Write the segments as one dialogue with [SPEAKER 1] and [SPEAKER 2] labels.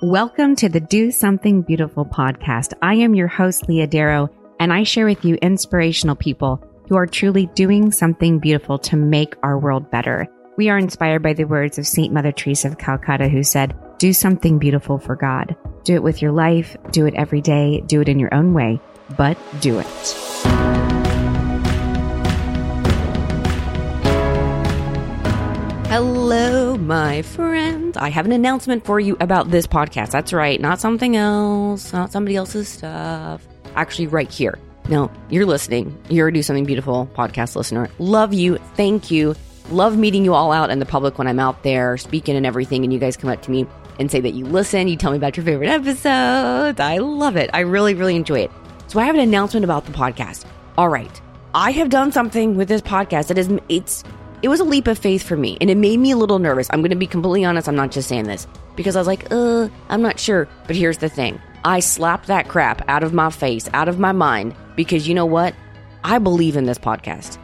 [SPEAKER 1] Welcome to the Do Something Beautiful podcast. I am your host, Leah Darrow, and I share with you inspirational people who are truly doing something beautiful to make our world better. We are inspired by the words of St. Mother Teresa of Calcutta, who said, Do something beautiful for God. Do it with your life, do it every day, do it in your own way, but do it. Hello, my friends. I have an announcement for you about this podcast. That's right, not something else, not somebody else's stuff. Actually, right here. No, you're listening. You're a Do Something Beautiful podcast listener. Love you. Thank you. Love meeting you all out in the public when I'm out there speaking and everything, and you guys come up to me and say that you listen. You tell me about your favorite episodes. I love it. I really, really enjoy it. So I have an announcement about the podcast. All right. I have done something with this podcast that is, it's, it was a leap of faith for me and it made me a little nervous. I'm going to be completely honest. I'm not just saying this because I was like, uh, I'm not sure. But here's the thing I slapped that crap out of my face, out of my mind, because you know what? I believe in this podcast.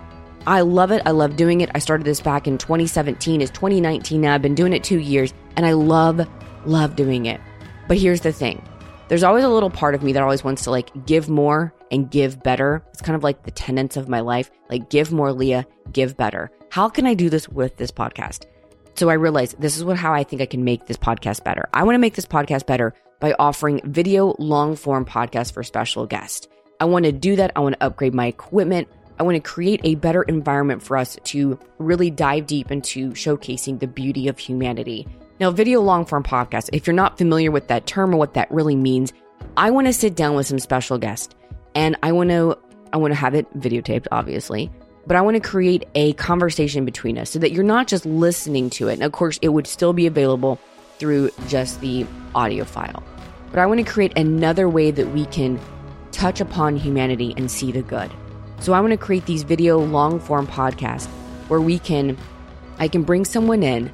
[SPEAKER 1] I love it. I love doing it. I started this back in 2017. It's 2019 now. I've been doing it two years and I love, love doing it. But here's the thing there's always a little part of me that always wants to like give more and give better. It's kind of like the tenets of my life like, give more, Leah, give better. How can I do this with this podcast? So I realized this is what how I think I can make this podcast better. I want to make this podcast better by offering video long form podcasts for special guests. I want to do that. I want to upgrade my equipment. I want to create a better environment for us to really dive deep into showcasing the beauty of humanity. Now, video long form podcast, if you're not familiar with that term or what that really means, I want to sit down with some special guests and I want to I want to have it videotaped obviously, but I want to create a conversation between us so that you're not just listening to it. And of course, it would still be available through just the audio file. But I want to create another way that we can touch upon humanity and see the good. So I want to create these video long form podcasts where we can I can bring someone in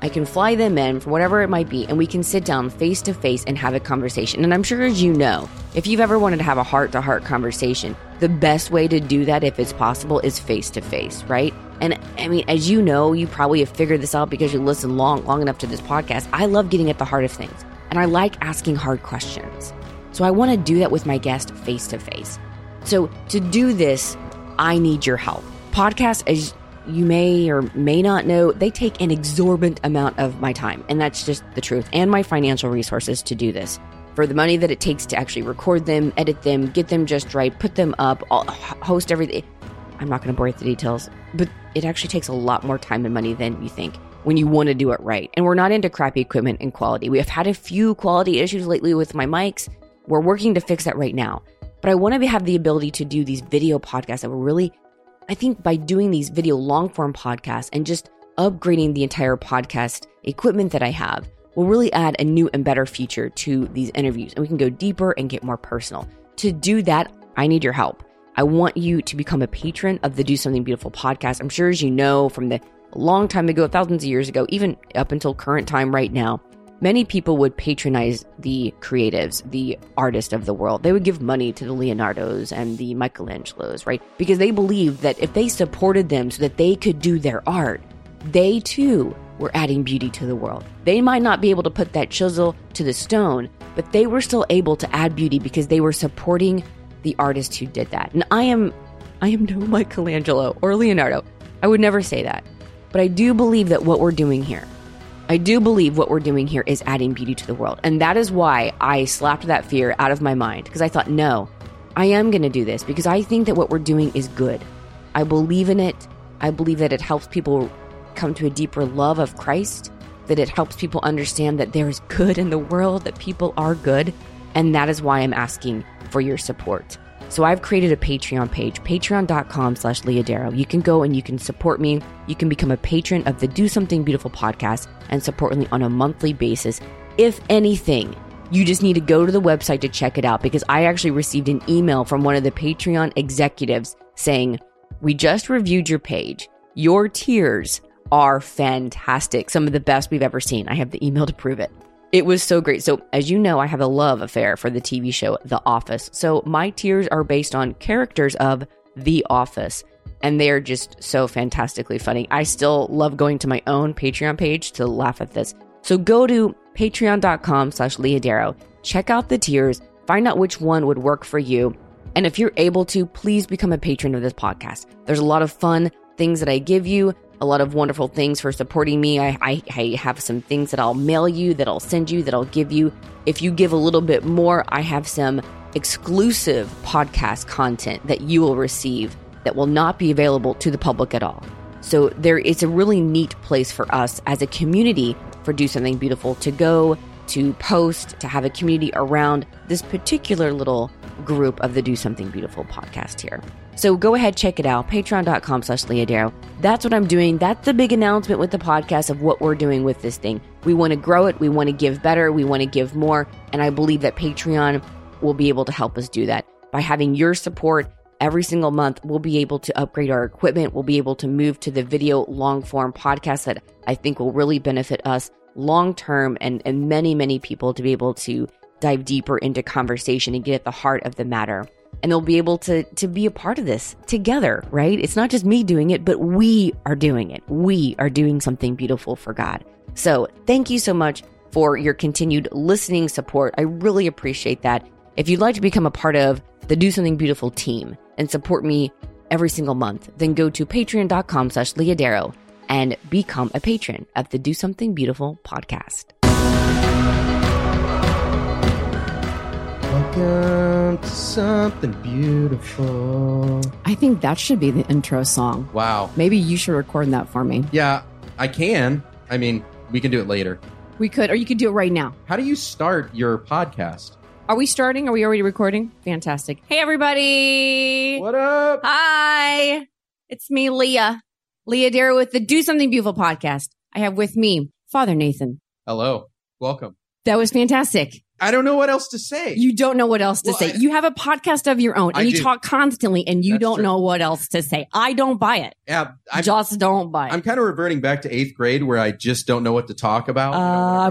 [SPEAKER 1] I can fly them in for whatever it might be, and we can sit down face to face and have a conversation. And I'm sure, as you know, if you've ever wanted to have a heart to heart conversation, the best way to do that, if it's possible, is face to face, right? And I mean, as you know, you probably have figured this out because you listen long, long enough to this podcast. I love getting at the heart of things, and I like asking hard questions. So I want to do that with my guest face to face. So to do this, I need your help. Podcast, as you may or may not know, they take an exorbitant amount of my time. And that's just the truth and my financial resources to do this. For the money that it takes to actually record them, edit them, get them just right, put them up, I'll host everything. I'm not going to bore you with the details, but it actually takes a lot more time and money than you think when you want to do it right. And we're not into crappy equipment and quality. We have had a few quality issues lately with my mics. We're working to fix that right now. But I want to have the ability to do these video podcasts that will really I think by doing these video long form podcasts and just upgrading the entire podcast equipment that I have will really add a new and better feature to these interviews. And we can go deeper and get more personal. To do that, I need your help. I want you to become a patron of the Do Something Beautiful podcast. I'm sure as you know from the long time ago, thousands of years ago, even up until current time right now, many people would patronize the creatives, the artists of the world. They would give money to the Leonardos and the Michelangelos, right? Because they believed that if they supported them so that they could do their art, they too were adding beauty to the world. They might not be able to put that chisel to the stone, but they were still able to add beauty because they were supporting the artist who did that. And I am I am no Michelangelo or Leonardo. I would never say that. But I do believe that what we're doing here I do believe what we're doing here is adding beauty to the world. And that is why I slapped that fear out of my mind because I thought, no, I am going to do this because I think that what we're doing is good. I believe in it. I believe that it helps people come to a deeper love of Christ, that it helps people understand that there is good in the world, that people are good. And that is why I'm asking for your support. So I've created a Patreon page, patreon.com slash Leodaro. You can go and you can support me. You can become a patron of the Do Something Beautiful podcast and support me on a monthly basis. If anything, you just need to go to the website to check it out because I actually received an email from one of the Patreon executives saying, We just reviewed your page. Your tiers are fantastic. Some of the best we've ever seen. I have the email to prove it. It was so great. So, as you know, I have a love affair for the TV show The Office. So, my tiers are based on characters of The Office, and they are just so fantastically funny. I still love going to my own Patreon page to laugh at this. So, go to
[SPEAKER 2] patreon.com slash Leah Darrow. Check out the tiers, find out which one would work for you. And if you're able to, please become a patron of this podcast. There's a lot of fun things that I give you, a lot of wonderful things for supporting me. I, I, I have some things that I'll mail you, that I'll send you, that I'll give you. If you give a little bit more, I have some exclusive podcast content that you will receive that will not be available to the public at all. So there is a really neat place for us as a community for Do Something Beautiful to go, to post, to have a community around this particular little group of the Do Something Beautiful podcast here. So go ahead, check it out, patreon.com slash Leodaro. That's what I'm doing. That's the big announcement with the podcast of what we're doing with this thing. We want to grow it. We want to give better. We want to give more. And I believe that Patreon will be able to help us do that. By having your support every single month, we'll be able to upgrade our equipment. We'll be able to move to the video long form podcast that I think will really benefit us long term and, and many, many people to be able to dive deeper into conversation and get at the heart of the matter. And they'll be able to, to be a part of this together, right? It's not just me doing it, but we are doing it. We are doing something beautiful for God. So thank you so much for your continued listening support. I really appreciate that. If you'd like to become a part of the Do Something Beautiful team and support me every single month, then go to patreon.com slash Leodaro and become a patron of the Do Something Beautiful podcast.
[SPEAKER 3] Welcome to something beautiful.
[SPEAKER 1] I think that should be the intro song.
[SPEAKER 3] Wow.
[SPEAKER 1] Maybe you should record that for me.
[SPEAKER 3] Yeah, I can. I mean, we can do it later.
[SPEAKER 1] We could, or you could do it right now.
[SPEAKER 3] How do you start your podcast?
[SPEAKER 1] Are we starting? Are we already recording? Fantastic. Hey, everybody.
[SPEAKER 3] What up?
[SPEAKER 1] Hi. It's me, Leah. Leah Darrow with the Do Something Beautiful podcast. I have with me Father Nathan.
[SPEAKER 3] Hello. Welcome.
[SPEAKER 1] That was fantastic.
[SPEAKER 3] I don't know what else to say.
[SPEAKER 1] You don't know what else to
[SPEAKER 3] Well,
[SPEAKER 1] say.
[SPEAKER 3] I-
[SPEAKER 1] you have a podcast of your own and
[SPEAKER 3] I
[SPEAKER 1] you
[SPEAKER 3] do.
[SPEAKER 1] talk constantly and you
[SPEAKER 3] That's
[SPEAKER 1] don't
[SPEAKER 3] true.
[SPEAKER 1] know what else to say. I don't buy it.
[SPEAKER 3] yeah, I'm,
[SPEAKER 1] Just don't buy it.
[SPEAKER 3] I'm kind of reverting back to eighth grade where I just don't know what to talk about.
[SPEAKER 1] Uh,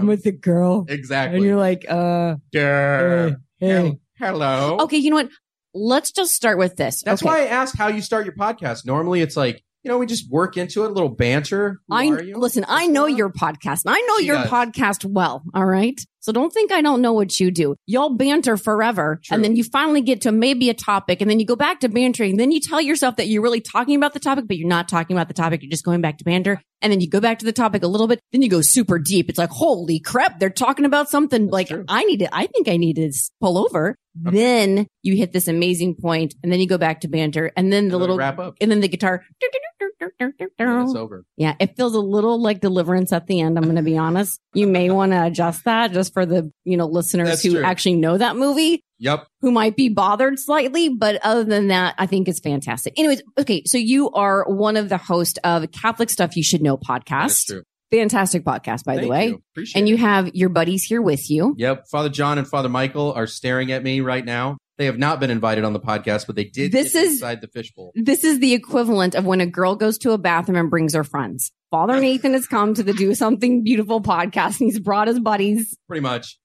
[SPEAKER 3] you know, whatever.
[SPEAKER 1] a girl.
[SPEAKER 3] exactly.
[SPEAKER 1] like, uh,
[SPEAKER 3] Grr. Hel- Hello.
[SPEAKER 1] Okay, you know what? Let's just start with this.
[SPEAKER 3] That's
[SPEAKER 1] okay.
[SPEAKER 3] why I asked how you start your podcast. Normally, it's like you know we just work into it, a little banter. Who
[SPEAKER 1] I
[SPEAKER 3] are you?
[SPEAKER 1] listen. I know your podcast. and I know
[SPEAKER 3] She
[SPEAKER 1] your
[SPEAKER 3] does.
[SPEAKER 1] podcast well. All right. So don't think I don't know what you do. Y'all banter forever,
[SPEAKER 3] True.
[SPEAKER 1] and then you finally get to maybe a topic, and then you go back to bantering. Then you tell yourself that you're really talking about the topic, but you're not talking about the topic. You're just going back to banter, and then you go back to the topic a little bit. Then you go super deep. It's like, holy crap, they're talking about something. like
[SPEAKER 3] true.
[SPEAKER 1] I need to. I think I need to s- pull over.
[SPEAKER 3] Okay.
[SPEAKER 1] Then you hit this amazing point, and then you go back to banter, and then the
[SPEAKER 3] And then
[SPEAKER 1] little
[SPEAKER 3] wrap up.
[SPEAKER 1] and then the guitar.
[SPEAKER 3] And It's over.
[SPEAKER 1] Yeah, it feels a little like deliverance at the end. I'm going to be honest. You may want to adjust that just for the you know listeners
[SPEAKER 3] That's
[SPEAKER 1] who
[SPEAKER 3] true.
[SPEAKER 1] actually know that movie,
[SPEAKER 3] Yep.
[SPEAKER 1] who might be bothered slightly. But other than that, I think it's fantastic. Anyways, okay, so you are one of the host of Catholic Stuff You Should Know
[SPEAKER 3] That's
[SPEAKER 1] podcast.
[SPEAKER 3] true.
[SPEAKER 1] Fantastic podcast, by the
[SPEAKER 3] Thank
[SPEAKER 1] way.
[SPEAKER 3] you. Appreciate
[SPEAKER 1] And
[SPEAKER 3] it.
[SPEAKER 1] you have your buddies here with you.
[SPEAKER 3] Yep. Father John and Father Michael are staring at me right now. They have not been invited on the podcast, but they did
[SPEAKER 1] This
[SPEAKER 3] get
[SPEAKER 1] is-
[SPEAKER 3] inside the fishbowl.
[SPEAKER 1] This is the equivalent of when a girl goes to a bathroom and brings her friends. Father Nathan has come to the Do Something Beautiful podcast and he's brought his buddies.
[SPEAKER 3] Pretty much.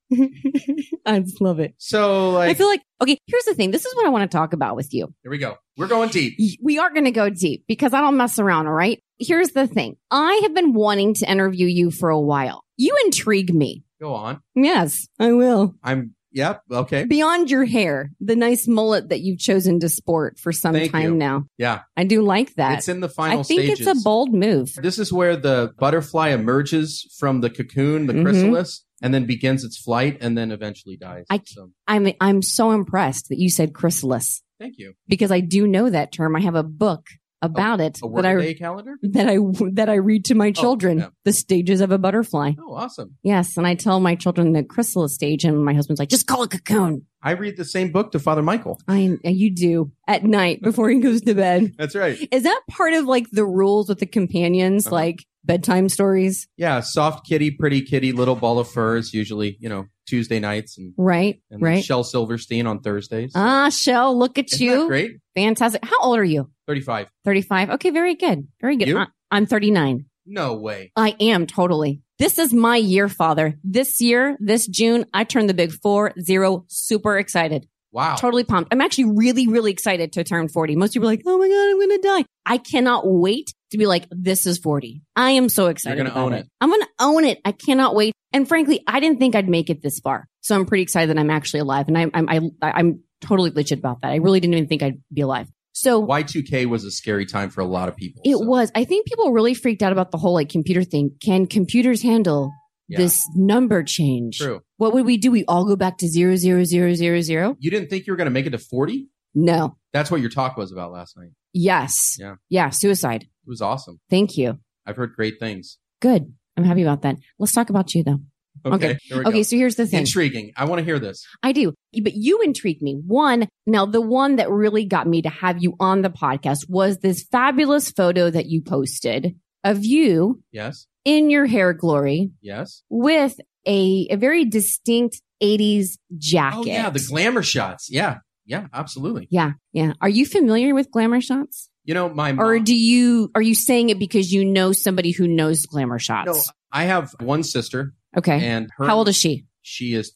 [SPEAKER 1] I just love it.
[SPEAKER 3] So
[SPEAKER 1] I
[SPEAKER 3] like
[SPEAKER 1] feel like, okay, here's the thing. This is what I want to talk about with you.
[SPEAKER 3] here we go. We're going deep.
[SPEAKER 1] We are going to go deep because I don't mess around. All right. Here's the thing. I have been wanting to interview you for a while. You intrigue me.
[SPEAKER 3] Go on.
[SPEAKER 1] Yes, I will.
[SPEAKER 3] I'm yep, okay.
[SPEAKER 1] Beyond your hair, the nice mullet that you've chosen to sport for some
[SPEAKER 3] Thank
[SPEAKER 1] time
[SPEAKER 3] you.
[SPEAKER 1] now.
[SPEAKER 3] Yeah.
[SPEAKER 1] I do like that.
[SPEAKER 3] It's in the
[SPEAKER 1] I
[SPEAKER 3] final
[SPEAKER 1] think
[SPEAKER 3] stages.
[SPEAKER 1] it's a bold move.
[SPEAKER 3] this is where the butterfly emerges from the cocoon, the
[SPEAKER 1] Mhm.
[SPEAKER 3] chrysalis, and then begins its flight and then eventually dies.
[SPEAKER 1] I-
[SPEAKER 3] so,
[SPEAKER 1] I'm, I'm so impressed that you said chrysalis
[SPEAKER 3] thank you.
[SPEAKER 1] because I do know that term. I have a book about it
[SPEAKER 3] A
[SPEAKER 1] that I,
[SPEAKER 3] workday calendar?
[SPEAKER 1] that I, that I read to my children,
[SPEAKER 3] Oh, yeah.
[SPEAKER 1] the stages of a butterfly.
[SPEAKER 3] Oh, awesome.
[SPEAKER 1] Yes, and I tell my children the chrysalis stage, and my husband's like, "Just call it cocoon."
[SPEAKER 3] I read the same book to Father Michael.
[SPEAKER 1] I you do at night before he goes to bed.
[SPEAKER 3] That's right.
[SPEAKER 1] Is that part of like the rules with the companions,
[SPEAKER 3] Uh-huh.
[SPEAKER 1] like bedtime stories,
[SPEAKER 3] Yeah, soft kitty, pretty kitty, little ball of fur is usually, you know, Tuesday nights and
[SPEAKER 1] right?
[SPEAKER 3] and then
[SPEAKER 1] right.
[SPEAKER 3] Shel Silverstein on Thursdays.
[SPEAKER 1] ah, Shell, look at
[SPEAKER 3] Isn't that
[SPEAKER 1] you,
[SPEAKER 3] great.
[SPEAKER 1] fantastic. How old are you?
[SPEAKER 3] 35.
[SPEAKER 1] Thirty-five. Okay, very good, very good.
[SPEAKER 3] You?
[SPEAKER 1] I- I'm thirty-nine.
[SPEAKER 3] No way.
[SPEAKER 1] I am totally. This is my year, Father. This year, this June, I turned the big four zero. Super excited.
[SPEAKER 3] Wow.
[SPEAKER 1] Totally pumped. I'm actually really, really excited to turn 40. Most people are like, oh my God, I'm going to die. I cannot wait to be like, this is 40. I am so excited.
[SPEAKER 3] gonna
[SPEAKER 1] about
[SPEAKER 3] own it.
[SPEAKER 1] I'm going to own it. I cannot wait. And frankly, I didn't think I'd make it this far. So I'm pretty excited that I'm actually alive. And I, I'm, I, I'm totally legit about that. I really didn't even think I'd be alive. So
[SPEAKER 3] Y2K was a scary time for a lot of people.
[SPEAKER 1] it
[SPEAKER 3] so,
[SPEAKER 1] was, I think people really freaked out about the whole like computer thing. Can computers handle
[SPEAKER 3] yeah,
[SPEAKER 1] this number change?
[SPEAKER 3] True.
[SPEAKER 1] What would we do? We all go back to zero, zero, zero, zero, zero?
[SPEAKER 3] You didn't think you were going to make it to 40?
[SPEAKER 1] No.
[SPEAKER 3] That's what your talk was about last night.
[SPEAKER 1] Yes.
[SPEAKER 3] Yeah.
[SPEAKER 1] Suicide.
[SPEAKER 3] It was awesome.
[SPEAKER 1] Thank you.
[SPEAKER 3] I've heard great things.
[SPEAKER 1] Good. I'm happy about that. Let's talk about you though.
[SPEAKER 3] Okay.
[SPEAKER 1] Okay.
[SPEAKER 3] Here we
[SPEAKER 1] Okay.
[SPEAKER 3] go.
[SPEAKER 1] So here's the thing.
[SPEAKER 3] Intriguing. I want to hear this.
[SPEAKER 1] I do. But you intrigued me. One, now the one that really got me to have you on the podcast was this fabulous photo that you posted of you
[SPEAKER 3] Yes.
[SPEAKER 1] in your hair glory
[SPEAKER 3] Yes.
[SPEAKER 1] with a, a very distinct 80s jacket.
[SPEAKER 3] Oh, yeah. The glamour shots. Yeah. Yeah. Absolutely.
[SPEAKER 1] yeah. Yeah. Are you familiar with glamour shots?
[SPEAKER 3] You know, my
[SPEAKER 1] Or
[SPEAKER 3] mom-
[SPEAKER 1] do you are you saying it because you know somebody who knows glamour shots?
[SPEAKER 3] No, I have one sister,
[SPEAKER 1] Okay.
[SPEAKER 3] and her,
[SPEAKER 1] How old is she?
[SPEAKER 3] she? is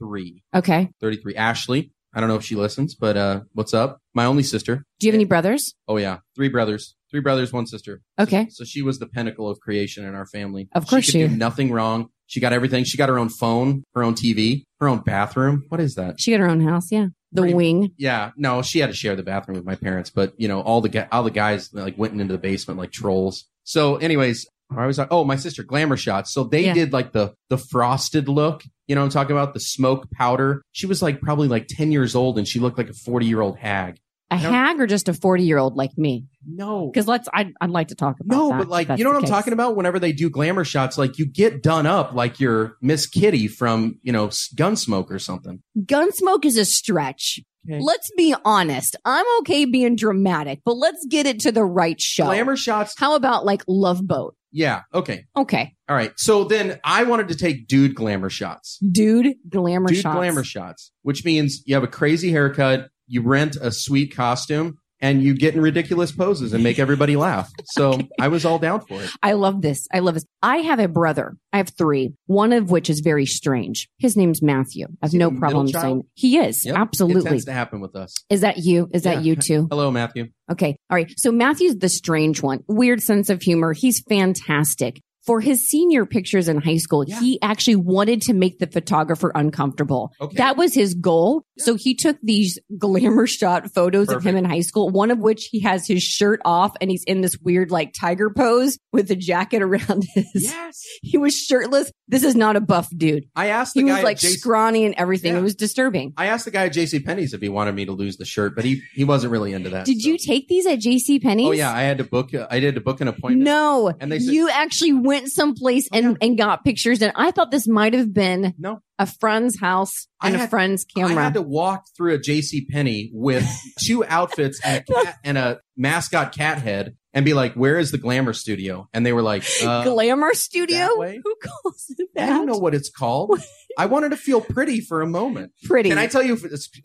[SPEAKER 3] 33.
[SPEAKER 1] Okay.
[SPEAKER 3] 33. Ashley. I don't know if she listens, but uh, what's up? My only sister.
[SPEAKER 1] Do you have any brothers?
[SPEAKER 3] Oh, yeah. Three brothers. Three brothers, one sister.
[SPEAKER 1] Okay.
[SPEAKER 3] So she was the pinnacle of creation in our family.
[SPEAKER 1] Of course
[SPEAKER 3] she
[SPEAKER 1] she-
[SPEAKER 3] could do nothing wrong. She got everything. She got her own phone, her own TV, her own bathroom. What is that?
[SPEAKER 1] She got her own house. Yeah. The
[SPEAKER 3] Pretty-
[SPEAKER 1] wing.
[SPEAKER 3] Yeah, no, she had to share the bathroom with my parents, but you know, all the gu- all the guys like went into the basement like trolls. So, anyways, I was like, oh, my sister, glamour shots. So they
[SPEAKER 1] Yeah.
[SPEAKER 3] did like the the frosted look. You know, what I'm talking about the smoke powder. She was like probably like ten years old, and she looked like a forty year old hag.
[SPEAKER 1] A
[SPEAKER 3] No.
[SPEAKER 1] hag or just a 40 year old like me?
[SPEAKER 3] No,
[SPEAKER 1] Because let's, I'd, I'd like to talk about
[SPEAKER 3] no,
[SPEAKER 1] that,
[SPEAKER 3] but like
[SPEAKER 1] if
[SPEAKER 3] you know what I'm
[SPEAKER 1] that's the
[SPEAKER 3] talking
[SPEAKER 1] case.
[SPEAKER 3] about. Whenever they do glamour shots, like you get done up like you're Miss Kitty from you know S- Gunsmoke or something.
[SPEAKER 1] Gunsmoke is a stretch.
[SPEAKER 3] Okay.
[SPEAKER 1] Let's be honest. I'm okay being dramatic, but let's get it to the right show.
[SPEAKER 3] Glamour shots,
[SPEAKER 1] How about like Love Boat?
[SPEAKER 3] yeah, okay,
[SPEAKER 1] Okay.
[SPEAKER 3] all right. So then I wanted to take dude glamour shots.
[SPEAKER 1] Dude, glamour
[SPEAKER 3] dude
[SPEAKER 1] shots.
[SPEAKER 3] glamour shots, which means you have a crazy haircut, you rent a sweet costume, and you get in ridiculous poses and make everybody laugh. So I was all down for it.
[SPEAKER 1] I love this. I love this. I have a brother. I have three, one of which is very strange. His name's Matthew. I have
[SPEAKER 3] Is he
[SPEAKER 1] no
[SPEAKER 3] the
[SPEAKER 1] problem
[SPEAKER 3] middle child?
[SPEAKER 1] saying he is.
[SPEAKER 3] Yep. It
[SPEAKER 1] Absolutely.
[SPEAKER 3] tends to happen with us.
[SPEAKER 1] Is that you? Is that
[SPEAKER 3] Yeah.
[SPEAKER 1] you too?
[SPEAKER 3] Hello, Matthew.
[SPEAKER 1] Okay. All right. So Matthew's the strange one. Weird sense of humor. He's fantastic. For his senior pictures in high school,
[SPEAKER 3] Yeah.
[SPEAKER 1] he actually wanted to make the photographer uncomfortable.
[SPEAKER 3] Okay.
[SPEAKER 1] That was his goal.
[SPEAKER 3] Yeah.
[SPEAKER 1] So he took these glamour shot photos of him in
[SPEAKER 3] Perfect.
[SPEAKER 1] high school, one of which he has his shirt off and he's in this weird like tiger pose with a jacket around his.
[SPEAKER 3] yes.
[SPEAKER 1] He was shirtless. This is not a buff dude.
[SPEAKER 3] I asked the
[SPEAKER 1] He
[SPEAKER 3] guy
[SPEAKER 1] was
[SPEAKER 3] at
[SPEAKER 1] like
[SPEAKER 3] JC
[SPEAKER 1] scrawny and everything.
[SPEAKER 3] Yeah.
[SPEAKER 1] It was disturbing.
[SPEAKER 3] I asked the guy at JC Penney's if he wanted me to lose the shirt, but he, he wasn't really into that.
[SPEAKER 1] Did
[SPEAKER 3] so-
[SPEAKER 1] you take these at JC Penney's?
[SPEAKER 3] Oh yeah, I had to book. I did to book an appointment.
[SPEAKER 1] No,
[SPEAKER 3] And they said- Oh,
[SPEAKER 1] you actually went someplace and, and got pictures. And I thought this might have been
[SPEAKER 3] No.
[SPEAKER 1] a friend's house
[SPEAKER 3] I
[SPEAKER 1] and a
[SPEAKER 3] had-
[SPEAKER 1] friend's camera.
[SPEAKER 3] I had to walk through a JC Penney with two outfits and a cat and a mascot cat head and be like, "Where is the glamour studio?" And they were like, uh,
[SPEAKER 1] Glamour Studio?
[SPEAKER 3] that way?
[SPEAKER 1] Who calls it
[SPEAKER 3] I
[SPEAKER 1] that?
[SPEAKER 3] don't know what it's called. I wanted to feel pretty for a moment.
[SPEAKER 1] Pretty.
[SPEAKER 3] Can I tell you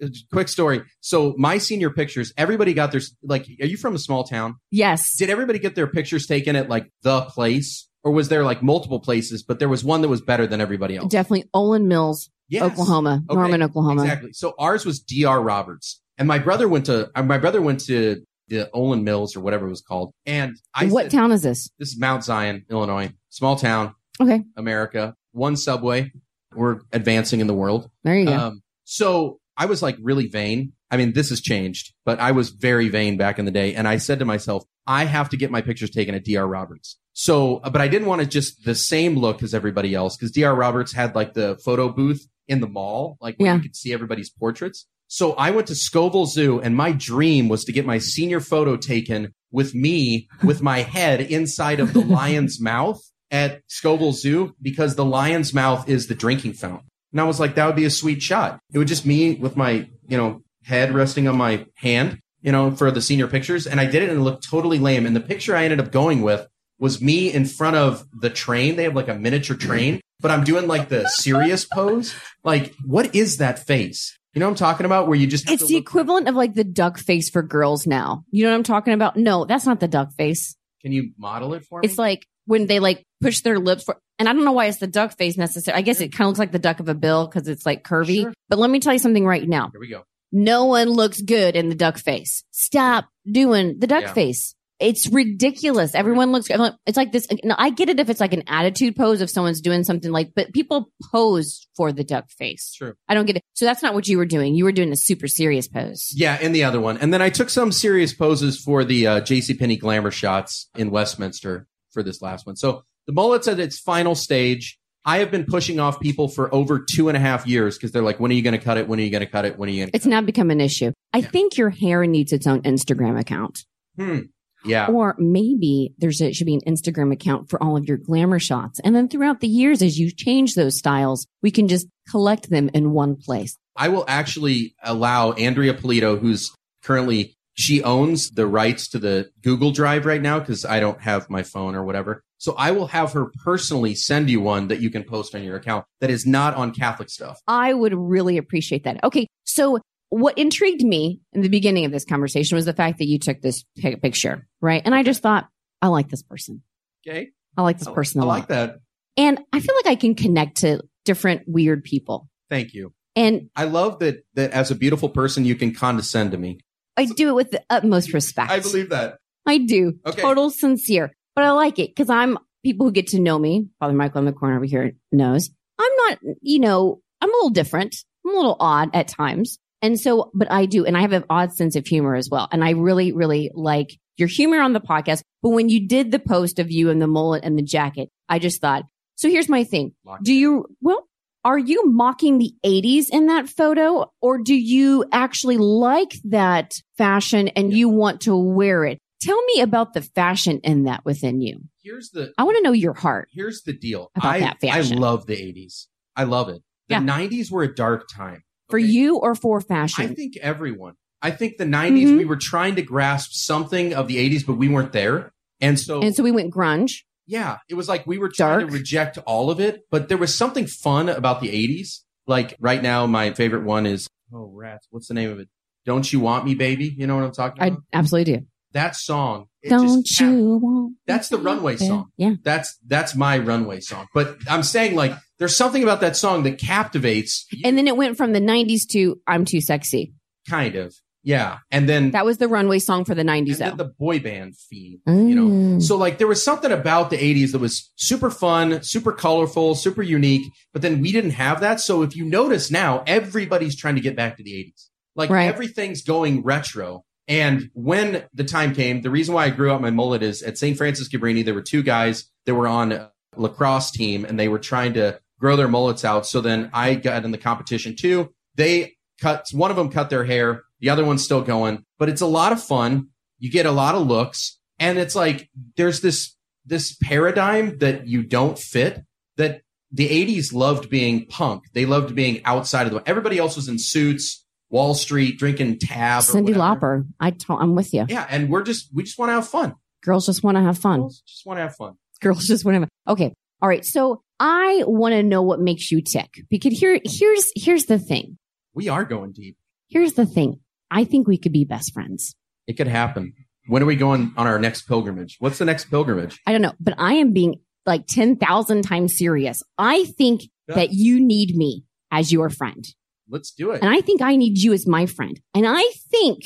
[SPEAKER 3] a quick story? So my senior pictures, everybody got their like. Are you from a small town?
[SPEAKER 1] yes.
[SPEAKER 3] Did everybody get their pictures taken at like the place, or was there like multiple places? But there was one that was better than everybody else.
[SPEAKER 1] Definitely Olin Mills,
[SPEAKER 3] Yes.
[SPEAKER 1] Oklahoma,
[SPEAKER 3] Okay.
[SPEAKER 1] Norman, Oklahoma.
[SPEAKER 3] Exactly. So ours was Dr. Roberts, and my brother went to uh, my brother went to the Olin Mills or whatever it was called, and I
[SPEAKER 1] what
[SPEAKER 3] said,
[SPEAKER 1] town is this?
[SPEAKER 3] this is Mount Zion, Illinois, small town,
[SPEAKER 1] Okay.
[SPEAKER 3] America, one subway. We're advancing in the world.
[SPEAKER 1] There you go.
[SPEAKER 3] Um, so I was like really vain. I mean, this has changed, but I was very vain back in the day. And I said to myself, I have to get my pictures taken at DR Roberts. So, uh, but I didn't want to just the same look as everybody else because DR Roberts had like the photo booth in the mall, like where
[SPEAKER 1] Yeah.
[SPEAKER 3] you could see everybody's portraits. So I went to Scoville Zoo and my dream was to get my senior photo taken with me with my head inside of the lion's mouth at Scoville Zoo because the lion's mouth is the drinking fountain. And I was like, that would be a sweet shot. It would just me with my, you know, head resting on my hand, you know, for the senior pictures. And I did it and it looked totally lame. And the picture I ended up going with was me in front of the train. They have like a miniature train, but I'm doing like the serious pose. Like, what is that face? You know what I'm talking about? Where you just have
[SPEAKER 1] it's
[SPEAKER 3] to
[SPEAKER 1] the
[SPEAKER 3] look-
[SPEAKER 1] equivalent of like the duck face for girls now. You know what I'm talking about? No, that's not the duck face.
[SPEAKER 3] Can you model it for me?
[SPEAKER 1] It's like when they like push their lips for And I don't know why it's the duck face necessary. I guess it kind of looks like the duck of a bill because it's like curvy.
[SPEAKER 3] Sure.
[SPEAKER 1] But let me tell you something right now.
[SPEAKER 3] Here we go.
[SPEAKER 1] No one looks good in the duck face. Stop doing the duck
[SPEAKER 3] Yeah.
[SPEAKER 1] face. It's ridiculous. Everyone looks. I'm like- It's like this. Now, I get it if it's like an attitude pose, if someone's doing something like, but people pose for the duck
[SPEAKER 3] It's
[SPEAKER 1] face.
[SPEAKER 3] true.
[SPEAKER 1] I don't get it. So that's not what you were doing. You were doing a super serious pose.
[SPEAKER 3] Yeah, and the other one. And then I took some serious poses for the uh, JCPenney glamour shots in Westminster for this last one. So the mullet's at its final stage. I have been pushing off people for over two and a half years because they're like, when are you going to cut it? When are you going to cut it? When are you going to
[SPEAKER 1] It's now become an issue. I
[SPEAKER 3] Yeah.
[SPEAKER 1] think your hair needs its own Instagram account.
[SPEAKER 3] Hmm. Yeah.
[SPEAKER 1] Or maybe there's a, should be an Instagram account for all of your glamour shots. And then throughout the years, as you change those styles, we can just collect them in one place.
[SPEAKER 3] I will actually allow Andrea Polito, who's currently, she owns the rights to the Google Drive right now because I don't have my phone or whatever. So I will have her personally send you one that you can post on your account that is not on Catholic stuff.
[SPEAKER 1] I would really appreciate that. Okay. So what intrigued me in the beginning of this conversation was the fact that you took this pi- picture, right? And I just thought, I like this person.
[SPEAKER 3] Okay.
[SPEAKER 1] I like this
[SPEAKER 3] I-
[SPEAKER 1] person a
[SPEAKER 3] I
[SPEAKER 1] lot.
[SPEAKER 3] like that.
[SPEAKER 1] And I feel like I can connect to different weird people.
[SPEAKER 3] Thank you.
[SPEAKER 1] And
[SPEAKER 3] I love that that as a beautiful person you can condescend to me.
[SPEAKER 1] I do it with the utmost respect.
[SPEAKER 3] I believe that.
[SPEAKER 1] I do.
[SPEAKER 3] Okay.
[SPEAKER 1] Total sincere. But I like it because I'm people who get to know me. Father Michael in the corner over here knows. I'm not, you know, I'm a little different. I'm a little odd at times. And so, but I do. And I have an odd sense of humor as well. And I really, really like your humor on the podcast. But when you did the post of you and the mullet and the jacket, I just thought, so here's my thing. Do you, well, are you mocking the 80s in that photo or do you actually like that fashion and
[SPEAKER 3] Yeah.
[SPEAKER 1] you want to wear it? Tell me about the fashion in that within you.
[SPEAKER 3] Here's the
[SPEAKER 1] I want to know your heart.
[SPEAKER 3] here's the deal.
[SPEAKER 1] About
[SPEAKER 3] I
[SPEAKER 1] that
[SPEAKER 3] I
[SPEAKER 1] fashion.
[SPEAKER 3] love the 80s. I love it. The
[SPEAKER 1] Yeah.
[SPEAKER 3] 90s were a dark time
[SPEAKER 1] For
[SPEAKER 3] Okay?
[SPEAKER 1] you or for
[SPEAKER 3] I
[SPEAKER 1] fashion?
[SPEAKER 3] think everyone. I think the 90s
[SPEAKER 1] Mhm.
[SPEAKER 3] we were trying to grasp something of the 80s but we weren't there. And so
[SPEAKER 1] and so we went grunge.
[SPEAKER 3] yeah, it was like we were trying
[SPEAKER 1] Dark.
[SPEAKER 3] to reject all of it, but there was something fun about the 80s. Like right now my favorite one is oh rats, what's the name of it? Don't you want me baby? You know what I'm talking
[SPEAKER 1] I
[SPEAKER 3] about?
[SPEAKER 1] absolutely do.
[SPEAKER 3] That song it
[SPEAKER 1] Don't
[SPEAKER 3] just
[SPEAKER 1] you want?
[SPEAKER 3] That's the runway song.
[SPEAKER 1] Yeah.
[SPEAKER 3] That's that's my runway song. But I'm saying like there's something about that song that captivates you,
[SPEAKER 1] And then it went from the 90s to I'm Too Sexy.
[SPEAKER 3] kind of. Yeah. And then,
[SPEAKER 1] That was the runway song for the 90s,
[SPEAKER 3] and then
[SPEAKER 1] though.
[SPEAKER 3] the boy band theme, you know.
[SPEAKER 1] Mm.
[SPEAKER 3] So like there was something about the 80s that was super fun, super colorful, super unique, but then we didn't have that. So if you notice now, everybody's trying to get back to the 80s. Like
[SPEAKER 1] Right.
[SPEAKER 3] everything's going retro. And when the time came, the reason why I grew out my mullet is at St. Francis Cabrini, there were two guys that were on a lacrosse team and they were trying to grow their mullets out. So then I got in the competition too. They cut, one of them cut their hair. The other one's still going, but it's a lot of fun. You get a lot of looks and it's like, there's this, this paradigm that you don't fit that the 80s loved being punk. They loved being outside of the, everybody else was in suits, Wall Street, drinking tab. or
[SPEAKER 1] Cindy
[SPEAKER 3] whatever.
[SPEAKER 1] Lauper. I t- I'm with you.
[SPEAKER 3] Yeah, and we're just we just want to have fun.
[SPEAKER 1] Girls just want to have fun.
[SPEAKER 3] Girls just want to have fun.
[SPEAKER 1] girls just want to. Okay. All right. So I want to know what makes you tick because here, here's, here's the thing.
[SPEAKER 3] We are going deep.
[SPEAKER 1] Here's the thing. I think we could be best friends.
[SPEAKER 3] It could happen. When are we going on our next pilgrimage? What's the next pilgrimage?
[SPEAKER 1] I don't know, but I am being like 10,000 times serious. I think
[SPEAKER 3] Yeah.
[SPEAKER 1] that you need me as your friend.
[SPEAKER 3] Let's do it.
[SPEAKER 1] And I think I need you as my friend. And I think,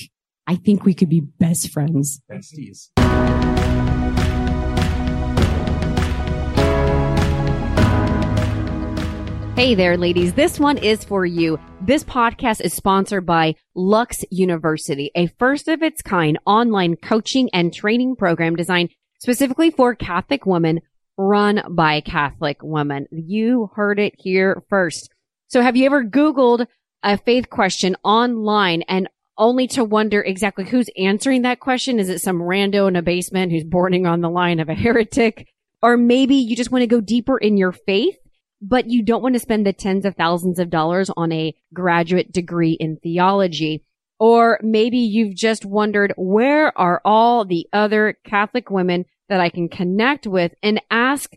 [SPEAKER 1] I think we could be best friends.
[SPEAKER 3] Besties.
[SPEAKER 2] Hey there, ladies. This one is for you. This podcast is sponsored by Lux University, a first of its kind online coaching and training program designed specifically for Catholic women run by Catholic women. You heard it here first. So have you ever Googled a faith question online and only to wonder exactly who's answering that question? Is it some rando in a basement who's bordering on the line of a heretic? Or maybe you just want to go deeper in your faith? but you don't want to spend the tens of thousands of dollars on a graduate degree in theology. Or maybe you've just wondered, where are all the other Catholic women that I can connect with and ask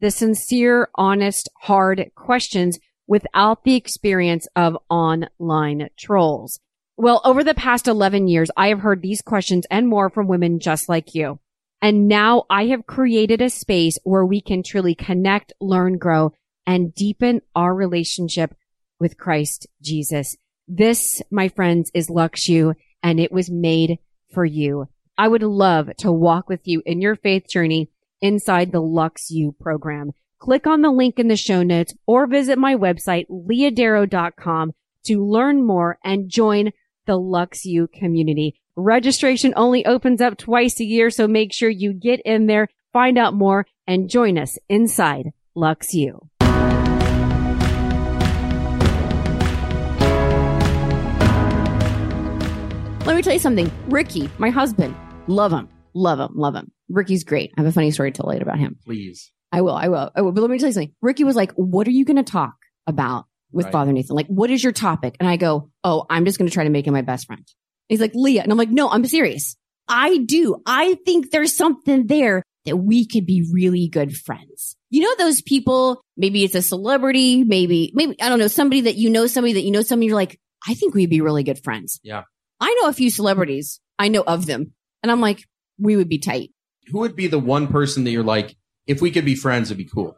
[SPEAKER 2] the sincere, honest, hard questions without the experience of online trolls? Well, over the past 11 years, I have heard these questions and more from women just like you.
[SPEAKER 4] And now I have created a space where we can truly connect, learn, grow, and deepen our relationship with Christ Jesus. This, my friends, is Luxu, and it was made for you. I would love to walk with you in your faith journey inside the Luxu program. Click on the link in the show notes or visit my website, leodaro.com to learn more and join the LuxU community. Registration only opens up twice a year, so make sure you get in there, find out more, and join us inside LuxU.
[SPEAKER 1] Let me tell you something. Ricky, my husband, love him, love him, love him. Ricky's great. I have a funny story to tell later about him.
[SPEAKER 3] Please.
[SPEAKER 1] I will, I will, I will. But let me tell you something. Ricky was like, "What are you going to talk about with
[SPEAKER 3] Right.
[SPEAKER 1] Father Nathan? Like, what is your topic?" And I go, "Oh, I'm just going to try to make him my best friend." He's like, "Leah," and I'm like, "No, I'm serious. I do. I think there's something there that we could be really good friends." You know those people? Maybe it's a celebrity. Maybe, maybe I don't know somebody that you know. Somebody that you know. Somebody you're like, I think we'd be really good friends.
[SPEAKER 3] Yeah.
[SPEAKER 1] I know a few celebrities. I know of them, and I'm like, we would be tight.
[SPEAKER 3] Who would be the one person that you're like, if we could be friends, it'd be cool?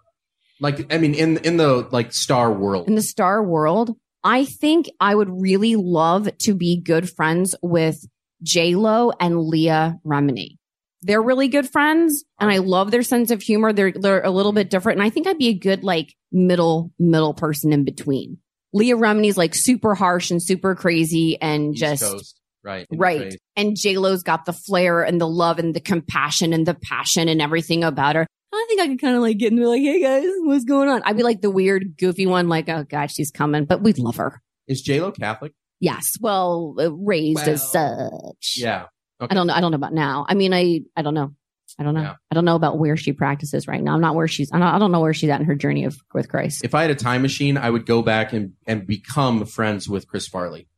[SPEAKER 3] Like, I mean, in in the like star world,
[SPEAKER 1] in the star world, I think I would really love to be good friends with J Lo and Leah Remini. They're really good friends, and I love their sense of humor. They're they're a little bit different, and I think I'd be a good like middle middle person in between. Leah Remini's like super harsh and super crazy, and
[SPEAKER 3] East
[SPEAKER 1] just
[SPEAKER 3] Coast, right, in the
[SPEAKER 1] Right.
[SPEAKER 3] face.
[SPEAKER 1] And J-Lo's got the flair and the love and the compassion and the passion and everything about her. I think I could kind of like get in and be like, hey guys, what's going on? I'd be like the weird, goofy one, like, oh God, she's coming, but we love her.
[SPEAKER 3] Is J Lo Catholic?
[SPEAKER 1] Yes. Well, uh, raised as
[SPEAKER 3] Well,
[SPEAKER 1] such.
[SPEAKER 3] Yeah,
[SPEAKER 1] I don't know. I don't know about now. I mean, I, I don't know. I don't know.
[SPEAKER 3] Yeah.
[SPEAKER 1] I don't know about where she practices right now. I'm not where she's, I don't, I don't know where she's at in her journey of with Christ.
[SPEAKER 3] if I had a time machine, I would go back and, and become friends with Chris Farley.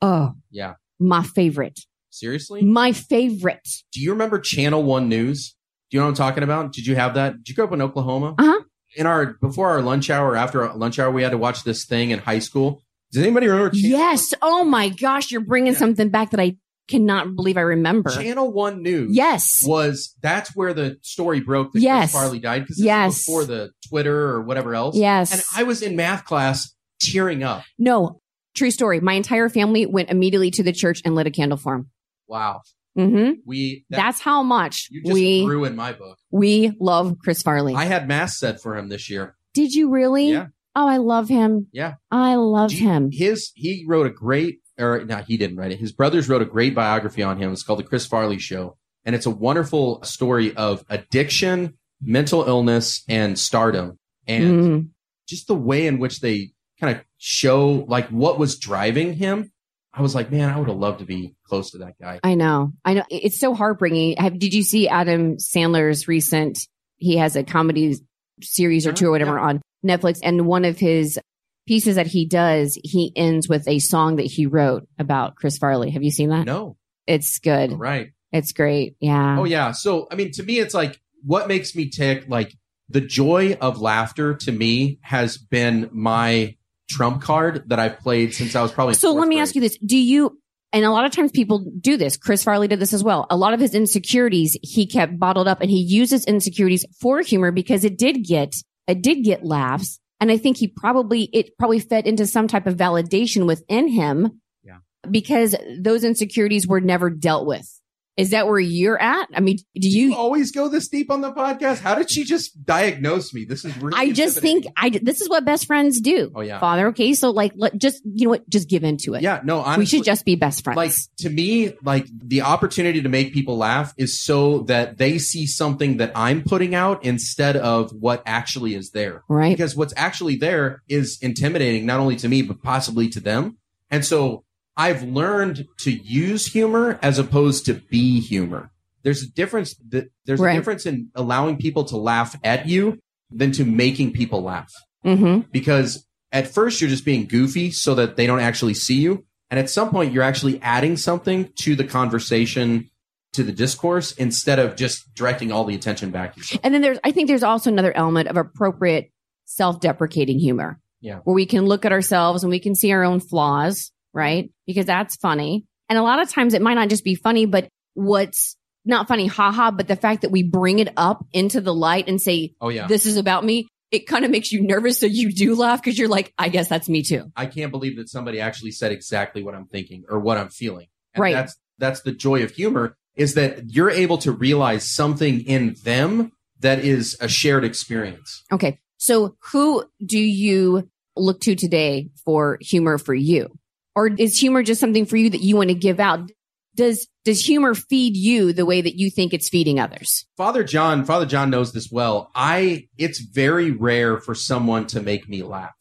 [SPEAKER 1] oh.
[SPEAKER 3] Yeah.
[SPEAKER 1] My favorite.
[SPEAKER 3] Seriously?
[SPEAKER 1] My favorite.
[SPEAKER 3] Do you remember Channel One News? Do you know what I'm talking about? Did you have that? Did you grow up in Oklahoma?
[SPEAKER 1] Uh-huh.
[SPEAKER 3] In our before our lunch hour, after our lunch hour, we had to watch this thing in high school. Does anybody remember? Channel
[SPEAKER 1] Yes. Oh my gosh, you're bringing
[SPEAKER 3] Yeah.
[SPEAKER 1] something back that I cannot believe I remember.
[SPEAKER 3] Channel One News.
[SPEAKER 1] Yes.
[SPEAKER 3] was that's where the story broke that
[SPEAKER 1] Yes.
[SPEAKER 3] Chris Farley died because
[SPEAKER 1] Yes.
[SPEAKER 3] before the Twitter or whatever else.
[SPEAKER 1] Yes.
[SPEAKER 3] And I was in math class tearing up.
[SPEAKER 1] no, true story. My entire family went immediately to the church and lit a candle for him.
[SPEAKER 3] Wow.
[SPEAKER 1] hmm
[SPEAKER 3] We that-
[SPEAKER 1] That's how much
[SPEAKER 3] you just
[SPEAKER 1] we
[SPEAKER 3] ruined my book.
[SPEAKER 1] we love Chris Farley.
[SPEAKER 3] I had math set for him this year.
[SPEAKER 1] Did you really?
[SPEAKER 3] Yeah.
[SPEAKER 1] Oh, I love him.
[SPEAKER 3] Yeah.
[SPEAKER 1] I love
[SPEAKER 3] Do you-
[SPEAKER 1] him.
[SPEAKER 3] His he wrote a great or no, he didn't write it. His brothers wrote a great biography on him. It's called The Chris Farley Show. And it's a wonderful story of addiction, mental illness, and stardom. And
[SPEAKER 1] Mm.
[SPEAKER 3] just the way in which they kind of show like what was driving him. I was like, man, I would have loved to be close to that guy.
[SPEAKER 1] I know. I know. It's so heartbreaking. Have, did you see Adam Sandler's recent? He has a comedy series or
[SPEAKER 3] Uh-huh,
[SPEAKER 1] two or whatever
[SPEAKER 3] yeah.
[SPEAKER 1] on Netflix, and one of his pieces that he does, he ends with a song that he wrote about Chris Farley. Have you seen that?
[SPEAKER 3] No,
[SPEAKER 1] It's good.
[SPEAKER 3] right?
[SPEAKER 1] It's great. Yeah.
[SPEAKER 3] Oh yeah. So I mean, to me, it's like what makes me tick. Like the joy of laughter to me has been my trump card that I've played since I was probably.
[SPEAKER 1] So let me ask you this: Do you? And a lot of times people do this. Chris Farley did this as well. A lot of his insecurities he kept bottled up, and he uses insecurities for humor because it did get it did get laughs, and I think he probably it probably fed into some type of validation within him.
[SPEAKER 3] Yeah.
[SPEAKER 1] Because those insecurities were never dealt with. Is that where you're at? I mean, do
[SPEAKER 3] You
[SPEAKER 1] you?
[SPEAKER 3] always go this deep on the podcast. How did she just diagnose me? This is really.
[SPEAKER 1] I just think
[SPEAKER 3] intimidating.
[SPEAKER 1] I this is what best friends do,
[SPEAKER 3] Oh yeah.
[SPEAKER 1] Father. Okay, so like, let just you know what, just give into it.
[SPEAKER 3] Yeah. No. Honestly,
[SPEAKER 1] we should just be best friends.
[SPEAKER 3] like to me like the opportunity to make people laugh is so that they see something that i'm putting out instead of what actually is there
[SPEAKER 1] right?
[SPEAKER 3] because what's actually there is intimidating not only to me but possibly to them and so i've learned to use humor as opposed to be humor there's a difference that there's
[SPEAKER 1] Right.
[SPEAKER 3] a difference in allowing people to laugh at you than to making people laugh
[SPEAKER 1] mm-hmm.
[SPEAKER 3] because at first you're just being goofy so that they don't actually see you and at some point you're actually adding something to the conversation to the discourse instead of just directing all the attention back yourself
[SPEAKER 1] And then there's, I think there's also another element of appropriate self deprecating humor.
[SPEAKER 3] Yeah.
[SPEAKER 1] Where we can look at ourselves and we can see our own flaws, right? Because that's funny. And a lot of times it might not just be funny, but what's not funny, haha, but the fact that we bring it up into the light and say,
[SPEAKER 3] Oh yeah.
[SPEAKER 1] this is about me, it kind of makes you nervous. So you do laugh because you're like, I guess that's me too.
[SPEAKER 3] I can't believe that somebody actually said exactly what I'm thinking or what I'm feeling. And
[SPEAKER 1] Right.
[SPEAKER 3] That's that's the joy of humor is that you're able to realize something in them that is a shared experience.
[SPEAKER 1] Okay. So who do you look to today for humor for you? Or is humor just something for you that you want to give out? Does, does humor feed you the way that you think it's feeding others?
[SPEAKER 3] Father John, Father John knows this well. I it's very rare for someone to make me laugh.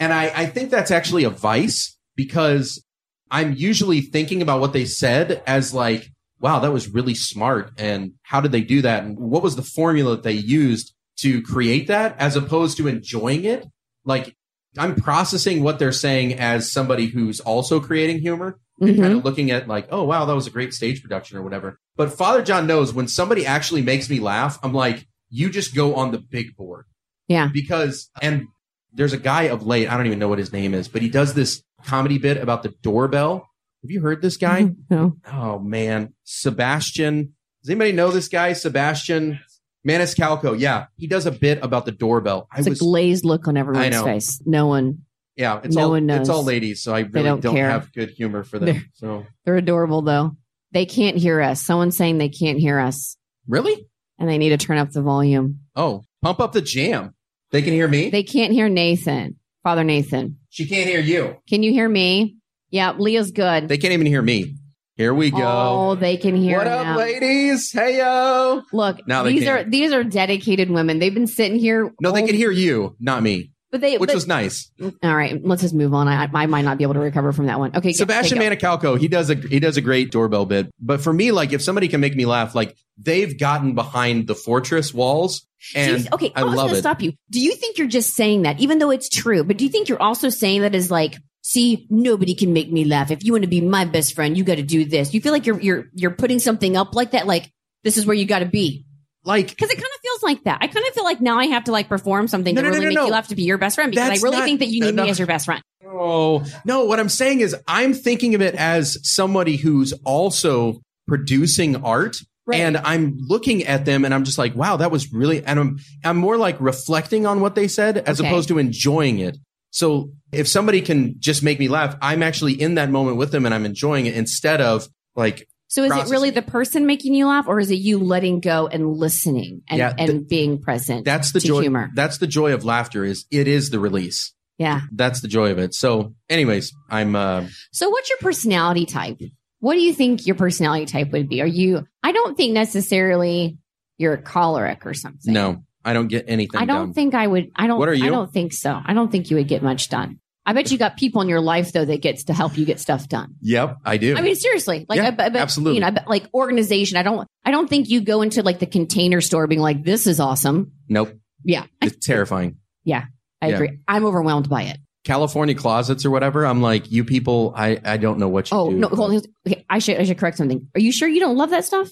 [SPEAKER 3] And I, I think that's actually a vice because I'm usually thinking about what they said as like, wow, that was really smart. And how did they do that? And what was the formula that they used to create that as opposed to enjoying it? Like I'm processing what they're saying as somebody who's also creating humor and
[SPEAKER 1] Mm-hmm.
[SPEAKER 3] kind of looking at like, oh wow, that was a great stage production or whatever. But Father John knows when somebody actually makes me laugh, I'm like, you just go on the big board.
[SPEAKER 1] Yeah.
[SPEAKER 3] Because and there's a guy of late, I don't even know what his name is, but he does this comedy bit about the doorbell. Have you heard this guy?
[SPEAKER 1] No.
[SPEAKER 3] Oh man, Sebastian. Does anybody know this guy, Sebastian Maniscalco? Yeah, he does a bit about the doorbell. I
[SPEAKER 1] It's
[SPEAKER 3] was
[SPEAKER 1] a glazed look on
[SPEAKER 3] I
[SPEAKER 1] everyone's
[SPEAKER 3] know.
[SPEAKER 1] face. No one.
[SPEAKER 3] yeah, it's
[SPEAKER 1] no
[SPEAKER 3] all
[SPEAKER 1] one knows.
[SPEAKER 3] it's all ladies, so I really
[SPEAKER 1] don't
[SPEAKER 3] don't,
[SPEAKER 1] care.
[SPEAKER 3] have good humor for them.
[SPEAKER 1] They're-
[SPEAKER 3] So
[SPEAKER 1] They're adorable though. They can't hear us. Someone's saying they can't hear us
[SPEAKER 3] really,
[SPEAKER 1] and they need to turn up the volume.
[SPEAKER 3] oh, pump up the jam. They can hear me.
[SPEAKER 1] They can't hear Nathan. Father Nathan.
[SPEAKER 3] she can't hear you.
[SPEAKER 1] Can you hear me? Yeah, Leah's good.
[SPEAKER 3] They can't even hear me. Here we
[SPEAKER 1] Oh,
[SPEAKER 3] go.
[SPEAKER 1] they can hear
[SPEAKER 3] what up,
[SPEAKER 1] now.
[SPEAKER 3] ladies? Hey yo.
[SPEAKER 1] Look,
[SPEAKER 3] Now they
[SPEAKER 1] these
[SPEAKER 3] can.
[SPEAKER 1] are these are dedicated women. They've been sitting here.
[SPEAKER 3] No, they
[SPEAKER 1] all-
[SPEAKER 3] can hear you, not me,
[SPEAKER 1] But they.
[SPEAKER 3] which
[SPEAKER 1] Oh. but-
[SPEAKER 3] was nice.
[SPEAKER 1] all right. Let's just move on. I, I might not be able to recover from that one. Okay,
[SPEAKER 3] Sebastian
[SPEAKER 1] Man.
[SPEAKER 3] Maniscalco, he does a he does a great doorbell bit. But for me, like if somebody can make me laugh, like they've gotten behind the fortress walls, and
[SPEAKER 1] okay,
[SPEAKER 3] I
[SPEAKER 1] was
[SPEAKER 3] love
[SPEAKER 1] gonna
[SPEAKER 3] it.
[SPEAKER 1] stop you. Do you think you're just saying that, even though it's true? But do you think you're also saying that as like, see, nobody can make me laugh. If you want to be my best friend, you got to do this. You feel like you're you're you're putting something up like that, like this is where you got to be,
[SPEAKER 3] like
[SPEAKER 1] because it kind of feels like that. I kind of feel like now I have to like perform something
[SPEAKER 3] No,
[SPEAKER 1] to
[SPEAKER 3] no, no,
[SPEAKER 1] really
[SPEAKER 3] no,
[SPEAKER 1] make
[SPEAKER 3] no.
[SPEAKER 1] you laugh to be your best friend because I
[SPEAKER 3] That's
[SPEAKER 1] really
[SPEAKER 3] not-
[SPEAKER 1] think that you
[SPEAKER 3] no,
[SPEAKER 1] need
[SPEAKER 3] no.
[SPEAKER 1] me as your best friend.
[SPEAKER 3] oh no, what I'm saying is I'm thinking of it as somebody who's also producing art.
[SPEAKER 1] Right.
[SPEAKER 3] And I'm looking at them and I'm just like, wow, that was really and I'm I'm more like reflecting on what they said as
[SPEAKER 1] Okay.
[SPEAKER 3] opposed to enjoying it. So if somebody can just make me laugh, I'm actually in that moment with them and I'm enjoying it instead of like
[SPEAKER 1] So is it really
[SPEAKER 3] Processing.
[SPEAKER 1] the person making you laugh, or is it you letting go and listening and,
[SPEAKER 3] Yeah,
[SPEAKER 1] and being present?
[SPEAKER 3] that's the
[SPEAKER 1] to
[SPEAKER 3] joy
[SPEAKER 1] humor.
[SPEAKER 3] that's the joy of laughter is it is the release
[SPEAKER 1] yeah.
[SPEAKER 3] that's the joy of it so anyways i'm uh
[SPEAKER 1] So what's your personality type? What do you think your personality type would be? Are you I don't think necessarily you're a choleric or something.
[SPEAKER 3] no i don't get anything
[SPEAKER 1] I don't
[SPEAKER 3] done
[SPEAKER 1] think I would I don't
[SPEAKER 3] What are
[SPEAKER 1] I
[SPEAKER 3] you?
[SPEAKER 1] don't think so. I don't think you would get much done. I bet you got people in your life though that gets to help you get stuff done.
[SPEAKER 3] yep i do
[SPEAKER 1] I mean seriously, like
[SPEAKER 3] Yeah,
[SPEAKER 1] I, bet- I bet,
[SPEAKER 3] absolutely.
[SPEAKER 1] you know, I bet, like organization. I don't I don't think you go into like the container store being like this is awesome.
[SPEAKER 3] nope
[SPEAKER 1] Yeah.
[SPEAKER 3] it's terrifying
[SPEAKER 1] I
[SPEAKER 3] Yeah.
[SPEAKER 1] agree. I'm overwhelmed by it.
[SPEAKER 3] california closets or whatever i'm like you people i i don't know what you
[SPEAKER 1] Oh
[SPEAKER 3] do
[SPEAKER 1] no, hold on. Okay, I should I should correct something. Are you sure you don't love that stuff?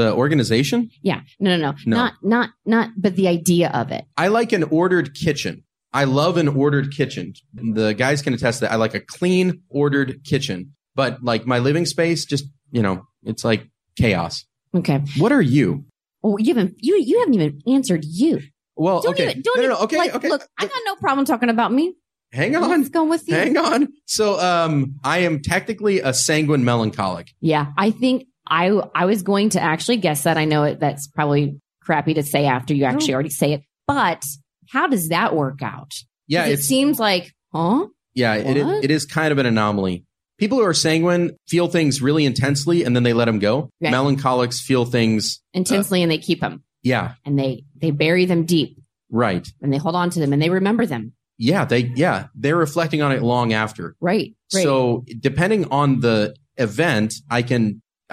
[SPEAKER 3] the organization
[SPEAKER 1] Yeah. No, no, no,
[SPEAKER 3] No.
[SPEAKER 1] Not, not, not, but the idea of it.
[SPEAKER 3] i like an ordered kitchen i love an ordered kitchen the guys can attest that i like a clean ordered kitchen but like my living space just you know it's like chaos
[SPEAKER 1] Okay.
[SPEAKER 3] what are you
[SPEAKER 1] Well, you haven't, you, you haven't even answered you.
[SPEAKER 3] well
[SPEAKER 1] Don't
[SPEAKER 3] okay
[SPEAKER 1] even, don't
[SPEAKER 3] no, no, no,
[SPEAKER 1] even,
[SPEAKER 3] okay
[SPEAKER 1] like,
[SPEAKER 3] okay
[SPEAKER 1] Look, I got no problem talking about me.
[SPEAKER 3] hang on
[SPEAKER 1] Let's go with you.
[SPEAKER 3] Hang on. So, um, I am technically a sanguine melancholic.
[SPEAKER 1] Yeah. I think I, I was going to actually guess that. I know it, that's probably crappy to say after you actually already say it, but how does that work out?
[SPEAKER 3] Yeah,
[SPEAKER 1] 'Cause it
[SPEAKER 3] it's
[SPEAKER 1] seems like, huh?
[SPEAKER 3] yeah, it,
[SPEAKER 1] What?
[SPEAKER 3] it is kind of an anomaly. People who are sanguine feel things really intensely and then they let them go.
[SPEAKER 1] Right.
[SPEAKER 3] Melancholics feel things.
[SPEAKER 1] Intensely and they keep them
[SPEAKER 3] Yeah,
[SPEAKER 1] and they, they bury them deep
[SPEAKER 3] right.
[SPEAKER 1] and they hold on to them and they remember them.
[SPEAKER 3] Yeah, they yeah they're reflecting on it long after.
[SPEAKER 1] Right. Right.
[SPEAKER 3] So depending on the event, I can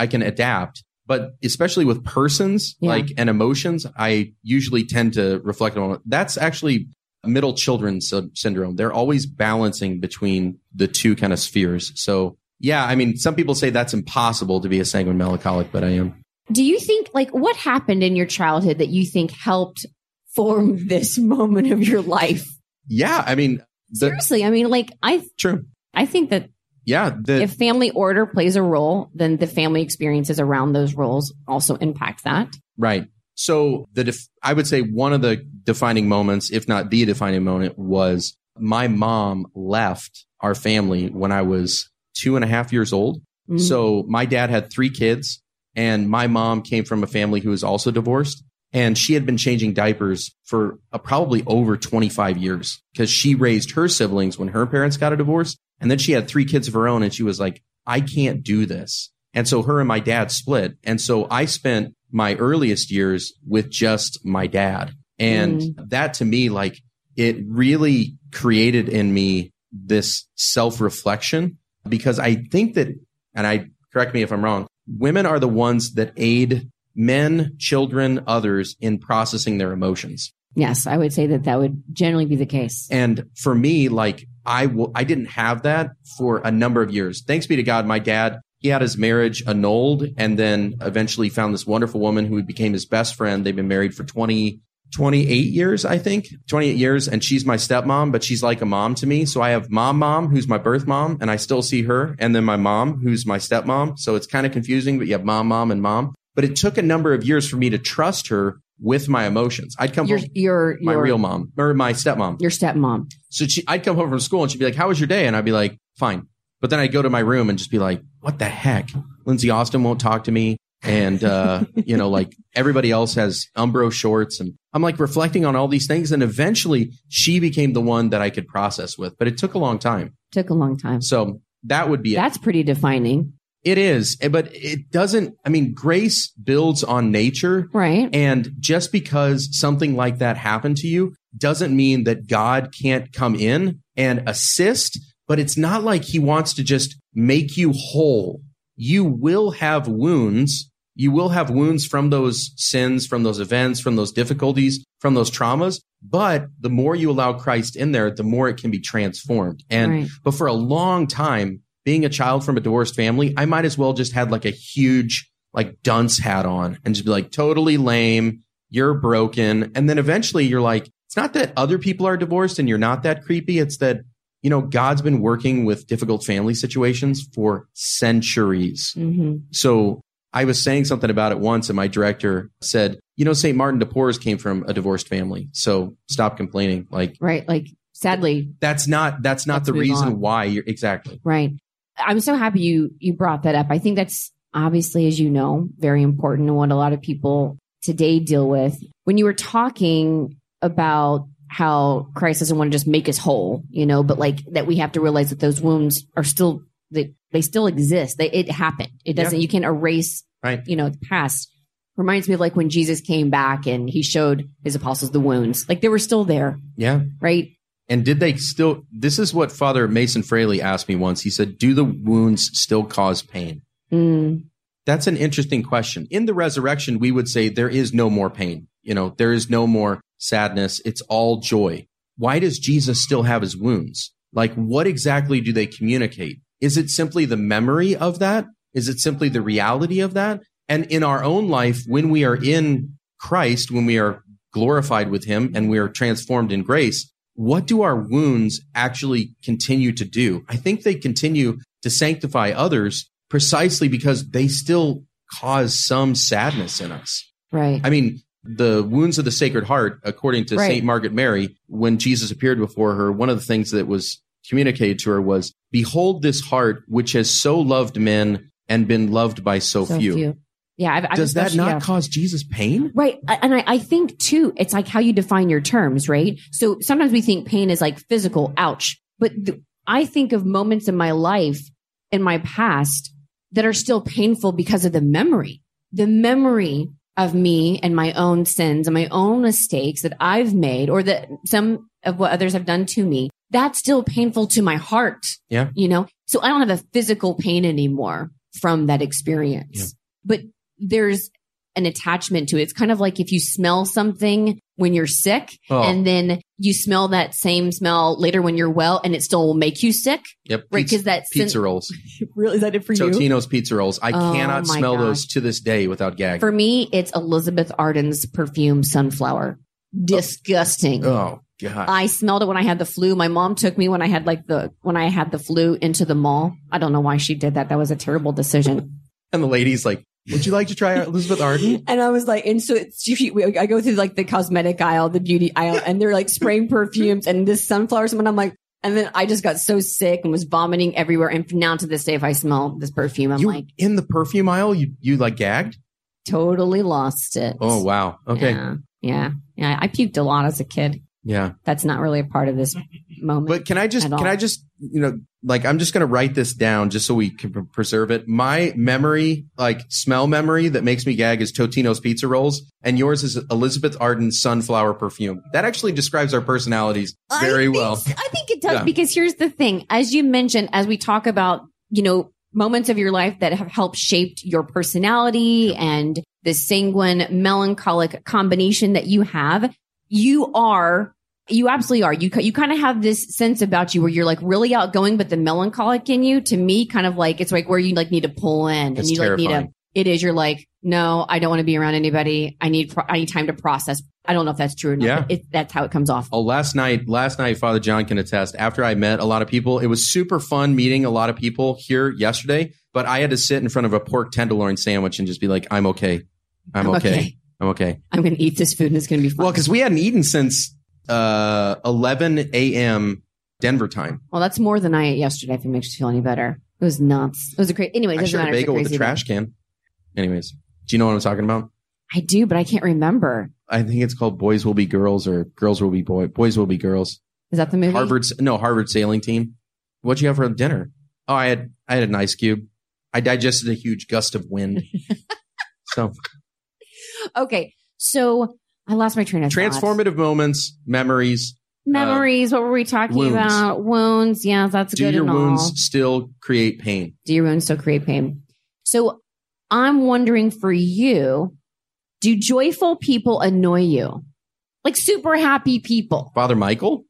[SPEAKER 3] I can adapt. But especially with persons
[SPEAKER 1] Yeah.
[SPEAKER 3] like and emotions, I usually tend to reflect on it. That's actually middle children sy- syndrome. They're always balancing between the two kind of spheres. So yeah, I mean, some people say that's impossible to be a sanguine melancholic, but I am.
[SPEAKER 1] Do you think like what happened in your childhood that you think helped form this moment of your life?
[SPEAKER 3] Yeah, I mean, the,
[SPEAKER 1] Seriously, I mean, like I
[SPEAKER 3] true.
[SPEAKER 1] I think that
[SPEAKER 3] yeah, the,
[SPEAKER 1] If family order plays a role, then the family experiences around those roles also impact that.
[SPEAKER 3] right. So the def- I would say one of the defining moments, if not the defining moment, was my mom left our family when I was two and a half years old.
[SPEAKER 1] Mhm.
[SPEAKER 3] So my dad had three kids, and my mom came from a family who was also divorced. And she had been changing diapers for uh, probably over 25 years because she raised her siblings when her parents got a divorce. And then she had three kids of her own, and she was like, I can't do this. And so her and my dad split. And so I spent my earliest years with just my dad. And that to me, like, it really created in me this self reflection because I think that and I correct me if I'm wrong, women are the ones that aid men, children, others in processing their emotions.
[SPEAKER 1] Yes, I would say that that would generally be the case.
[SPEAKER 3] And for me, like I will, I didn't have that for a number of years. Thanks be to God, my dad, he had his marriage annulled and then eventually found this wonderful woman who became his best friend. They've been married for 20, 28 years, I think, 28 years. And she's my stepmom, but she's like a mom to me. So I have mom, mom, who's my birth mom, and I still see her. And then my mom, who's my stepmom. So it's kind of confusing, but you have mom, mom, and mom. But it took a number of years for me to trust her with my emotions. I'd come
[SPEAKER 1] Your
[SPEAKER 3] home,
[SPEAKER 1] your
[SPEAKER 3] my
[SPEAKER 1] your,
[SPEAKER 3] real mom or my stepmom.
[SPEAKER 1] your stepmom.
[SPEAKER 3] So she, I'd come home from school and she'd be like, "How was your day?" And I'd be like, "Fine." But then I'd go to my room and just be like, "What the heck?" Lindsay Austin won't talk to me, and uh, you know, like everybody else has Umbro shorts, and I'm like reflecting on all these things. And eventually, she became the one that I could process with, but it took a long time.
[SPEAKER 1] Took a long time.
[SPEAKER 3] So that would be it.
[SPEAKER 1] That's pretty defining,
[SPEAKER 3] It is, but it doesn't. I mean, grace builds on nature,
[SPEAKER 1] right?
[SPEAKER 3] and just because something like that happened to you doesn't mean that God can't come in and assist, but it's not like he wants to just make you whole. You will have wounds. You will have wounds from those sins, from those events, from those difficulties, from those traumas. But the more you allow Christ in there, the more it can be transformed. And
[SPEAKER 1] right.
[SPEAKER 3] but for a long time, being a child from a divorced family, I might as well just had like a huge like dunce hat on and just be like totally lame. You're broken. And then eventually you're like, it's not that other people are divorced and you're not that creepy. It's that, you know, God's been working with difficult family situations for centuries.
[SPEAKER 1] Mhm.
[SPEAKER 3] So I was saying something about it once, and my director said, you know, St. Martin de Porres came from a divorced family. So stop complaining. Like,
[SPEAKER 1] Right. Like sadly,
[SPEAKER 3] that's not that's not
[SPEAKER 1] Let's
[SPEAKER 3] the
[SPEAKER 1] move
[SPEAKER 3] reason
[SPEAKER 1] on.
[SPEAKER 3] why you're exactly
[SPEAKER 1] right. I'm so happy you you brought that up. I think that's obviously, as you know, very important and what a lot of people today deal with. When you were talking about how Christ doesn't want to just make us whole, you know, but like that we have to realize that those wounds are still that they still exist. They it happened. It
[SPEAKER 3] Yeah.
[SPEAKER 1] doesn't you can't erase
[SPEAKER 3] Right.
[SPEAKER 1] you know the past. Reminds me of like when Jesus came back and he showed his apostles the wounds. Like they were still there,
[SPEAKER 3] yeah
[SPEAKER 1] right?
[SPEAKER 3] and did they still this is what father mason fraley asked me once he said do the wounds still cause pain
[SPEAKER 1] Mm,
[SPEAKER 3] that's an interesting question in the resurrection we would say there is no more pain you know there is no more sadness it's all joy why does jesus still have his wounds like what exactly do they communicate is it simply the memory of that is it simply the reality of that and in our own life when we are in christ when we are glorified with him and we are transformed in grace what do our wounds actually continue to do i think they continue to sanctify others precisely because they still cause some sadness in us
[SPEAKER 1] right.
[SPEAKER 3] I mean, the wounds of the Sacred Heart, according to
[SPEAKER 1] Right.
[SPEAKER 3] St. Margaret Mary, when Jesus appeared before her, one of the things that was communicated to her was, Behold this heart which has so loved men and been loved by so, few.
[SPEAKER 1] Yeah. I've, I've
[SPEAKER 3] Does that
[SPEAKER 1] especially-
[SPEAKER 3] not
[SPEAKER 1] yeah.
[SPEAKER 3] cause Jesus pain?
[SPEAKER 1] Right. I- And I, I think too, it's like how you define your terms, right? So sometimes we think pain is like physical, ouch. But th- I think of moments in my life, in my past, that are still painful because of the memory. The memory of me and my own sins and my own mistakes that I've made or that some of what others have done to me, that's still painful to my heart.
[SPEAKER 3] Yeah.
[SPEAKER 1] You know, so I don't have a physical pain anymore from that experience.
[SPEAKER 3] Yeah.
[SPEAKER 1] But there's an attachment to it. It's kind of like if you smell something when you're sick
[SPEAKER 3] Oh,
[SPEAKER 1] and then you smell that same smell later when you're well and it still will make you sick.
[SPEAKER 3] yep.
[SPEAKER 1] Right.
[SPEAKER 3] Pizza,
[SPEAKER 1] Because that's
[SPEAKER 3] pizza rolls.
[SPEAKER 1] really is that it for
[SPEAKER 3] Totino's pizza rolls. I
[SPEAKER 1] Oh,
[SPEAKER 3] cannot
[SPEAKER 1] my
[SPEAKER 3] smell
[SPEAKER 1] gosh.
[SPEAKER 3] those to this day without gagging.
[SPEAKER 1] For me, it's Elizabeth Arden's perfume sunflower. Disgusting.
[SPEAKER 3] oh, God.
[SPEAKER 1] I smelled it when I had the flu. My mom took me when I had like the when I had the flu into the mall. I don't know why she did that. That was a terrible decision.
[SPEAKER 3] And the lady's like, "Would you like to try Elizabeth Arden?"
[SPEAKER 1] and I was like, and so it's, she, she, I go through like the cosmetic aisle, the beauty aisle, and they're like spraying perfumes and this sunflower. Someone, I'm like, and then I just got so sick and was vomiting everywhere. And now to this day, if I smell this perfume, I'm
[SPEAKER 3] you
[SPEAKER 1] like
[SPEAKER 3] in the perfume aisle. You you like gagged?
[SPEAKER 1] totally lost it.
[SPEAKER 3] Oh wow. Okay. Yeah.
[SPEAKER 1] Yeah. yeah, yeah. I puked a lot as a kid. That's not really a part of this moment.
[SPEAKER 3] But can I just
[SPEAKER 1] At
[SPEAKER 3] can
[SPEAKER 1] all.
[SPEAKER 3] I just you know like I'm just gonna write this down just so we can pre- preserve it. My memory, like smell memory that makes me gag, is Totino's pizza rolls, and yours is Elizabeth Arden's sunflower perfume. That actually describes our personalities very
[SPEAKER 1] I
[SPEAKER 3] well.
[SPEAKER 1] Think, I think it does
[SPEAKER 3] Yeah.
[SPEAKER 1] because here's the thing. As you mentioned, as we talk about, you know, moments of your life that have helped shaped your personality and the sanguine, melancholic combination that you have, you are, you absolutely are. You, ki- you kind of have this sense about you where you're like really outgoing, but the melancholic in you, to me, kind of like, it's like where you like need to pull in and
[SPEAKER 3] It's
[SPEAKER 1] you like need to
[SPEAKER 3] terrifying.
[SPEAKER 1] it is you're like no i don't want to be around anybody i need pro- i need time to process i don't know if that's true or not
[SPEAKER 3] Yeah.
[SPEAKER 1] but it, that's how it comes off
[SPEAKER 3] Oh, last night, last night, Father John can attest. After I met a lot of people, it was super fun meeting a lot of people here yesterday. But I had to sit in front of a pork tenderloin sandwich and just be like, "I'm okay, I'm, okay. I'm okay."
[SPEAKER 1] i'm gonna eat this food and it's gonna be fun
[SPEAKER 3] Well,
[SPEAKER 1] well,
[SPEAKER 3] because we hadn't eaten since uh, 11 a.m. Denver time.
[SPEAKER 1] that's more than i ate yesterday if it makes you feel any better it was nuts it was a crazy anyway it
[SPEAKER 3] I
[SPEAKER 1] doesn't
[SPEAKER 3] shared
[SPEAKER 1] matter
[SPEAKER 3] a
[SPEAKER 1] if it's
[SPEAKER 3] bagel with a
[SPEAKER 1] crazy
[SPEAKER 3] trash can. Anyways, do you know what I'm talking about?
[SPEAKER 1] i do but i can't remember
[SPEAKER 3] I think it's called "Boys Will Be Girls" or "Girls Will Be Boy." Boys will be girls.
[SPEAKER 1] is that the movie
[SPEAKER 3] Harvard's no Harvard sailing team. What'd you have for dinner? Oh, I had I had an ice cube. I digested a huge gust of wind. so
[SPEAKER 1] okay so i lost my train of thought.
[SPEAKER 3] transformative uh, moments, memories.
[SPEAKER 1] memories what were we talking
[SPEAKER 3] wounds.
[SPEAKER 1] about wounds yeah that's
[SPEAKER 3] Do
[SPEAKER 1] good
[SPEAKER 3] your
[SPEAKER 1] and
[SPEAKER 3] wounds
[SPEAKER 1] all.
[SPEAKER 3] still create pain?
[SPEAKER 1] do your wounds still create pain? So I'm wondering for you, do joyful people annoy you? Like super happy people.
[SPEAKER 3] Father Michael,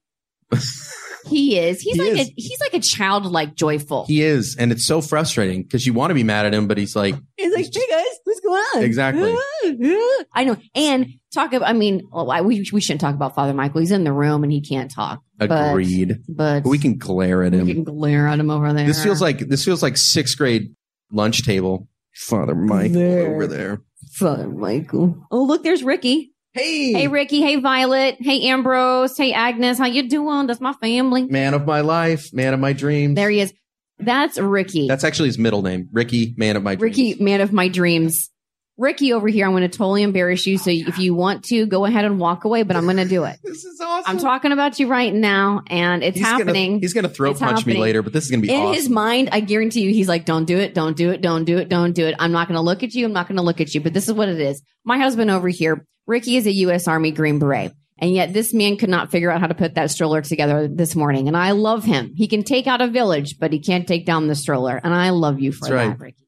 [SPEAKER 1] He is. He's
[SPEAKER 3] He
[SPEAKER 1] like
[SPEAKER 3] is.
[SPEAKER 1] a he's like a childlike joyful.
[SPEAKER 3] he is, and it's so frustrating because you want to be mad at him, but he's like,
[SPEAKER 1] He's like, hey guys, what's going on?
[SPEAKER 3] Exactly.
[SPEAKER 1] I know. And talk about I mean, well, I- we we shouldn't talk about Father Michael. He's in the room and he can't talk. But-
[SPEAKER 3] agreed.
[SPEAKER 1] But
[SPEAKER 3] But we can glare at
[SPEAKER 1] we
[SPEAKER 3] him.
[SPEAKER 1] can glare at him over there.
[SPEAKER 3] This feels like this feels like sixth grade lunch table. Father Michael
[SPEAKER 1] There.
[SPEAKER 3] over there.
[SPEAKER 1] Father Michael. Oh look, there's Ricky.
[SPEAKER 3] Hey,
[SPEAKER 1] Hey Ricky, hey Violet, hey Ambrose, hey Agnes, how you doing? That's my family.
[SPEAKER 3] man of my life, man of my dreams.
[SPEAKER 1] There he is. That's Ricky.
[SPEAKER 3] That's actually his middle name, Ricky, man of my dreams.
[SPEAKER 1] Ricky, man of my dreams. Ricky over here, I'm going to totally embarrass you. So if you want to, go ahead and walk away, but I'm going to do it.
[SPEAKER 3] This is awesome.
[SPEAKER 1] I'm talking about you right now, and it's happening.
[SPEAKER 3] Gonna, he's gonna throat
[SPEAKER 1] It's
[SPEAKER 3] punch
[SPEAKER 1] happening.
[SPEAKER 3] me later, but this is gonna be
[SPEAKER 1] in
[SPEAKER 3] awesome.
[SPEAKER 1] his mind, I guarantee you, he's like, "Don't do it, don't do it, don't do it, don't do it." I'm not going to look at you. I'm not going to look at you. But this is what it is. My husband over here, Ricky, is a U.S. Army Green Beret, and yet this man could not figure out how to put that stroller together this morning. And I love him. He can take out a village, but he can't take down the stroller. And I love you for
[SPEAKER 3] That's right.
[SPEAKER 1] that, Ricky.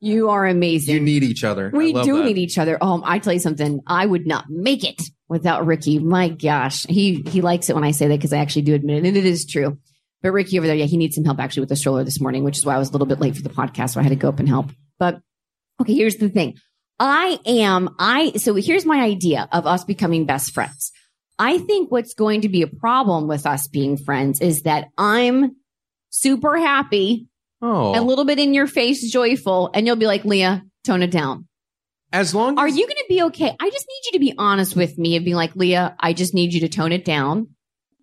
[SPEAKER 1] You are amazing.
[SPEAKER 3] you need each other.
[SPEAKER 1] we
[SPEAKER 3] I love
[SPEAKER 1] do
[SPEAKER 3] that.
[SPEAKER 1] need each other. Oh, I tell you something. I would not make it without Ricky. My gosh, he he likes it when I say that because I actually do admit it, and it is true. But Ricky over there, yeah, he needs some help actually with the stroller this morning, which is why I was a little bit late for the podcast, so I had to go up and help. But okay, here's the thing. I am I so here's my idea of us becoming best friends. I think what's going to be a problem with us being friends is that I'm super happy, a
[SPEAKER 3] Oh,
[SPEAKER 1] little bit in your face joyful, and you'll be like, "Leah, tone it down."
[SPEAKER 3] as long as
[SPEAKER 1] Are you going to be okay? I just need you to be honest with me and be like, Leah, I just need you to tone it down.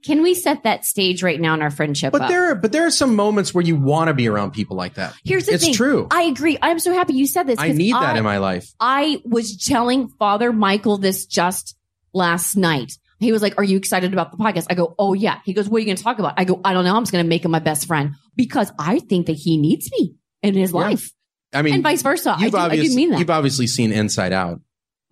[SPEAKER 1] Can we set that stage right now in our friendship?
[SPEAKER 3] but
[SPEAKER 1] up?
[SPEAKER 3] there, are, but there are some moments where you want to be around people like that.
[SPEAKER 1] here's the
[SPEAKER 3] It's
[SPEAKER 1] thing.
[SPEAKER 3] true.
[SPEAKER 1] I agree. I'm so happy you said this.
[SPEAKER 3] I
[SPEAKER 1] 'cause
[SPEAKER 3] need that
[SPEAKER 1] I,
[SPEAKER 3] in my life.
[SPEAKER 1] I was telling Father Michael this just last night. He was like, Are you excited about the podcast? I go, Oh, yeah. He goes, What are you going to talk about? I go, I don't know. I'm just going to make him my best friend because I think that he needs me in his
[SPEAKER 3] Yeah.
[SPEAKER 1] life
[SPEAKER 3] I mean,
[SPEAKER 1] and vice versa. I
[SPEAKER 3] you've
[SPEAKER 1] do, I
[SPEAKER 3] obviously
[SPEAKER 1] do mean that.
[SPEAKER 3] you've obviously seen Inside Out.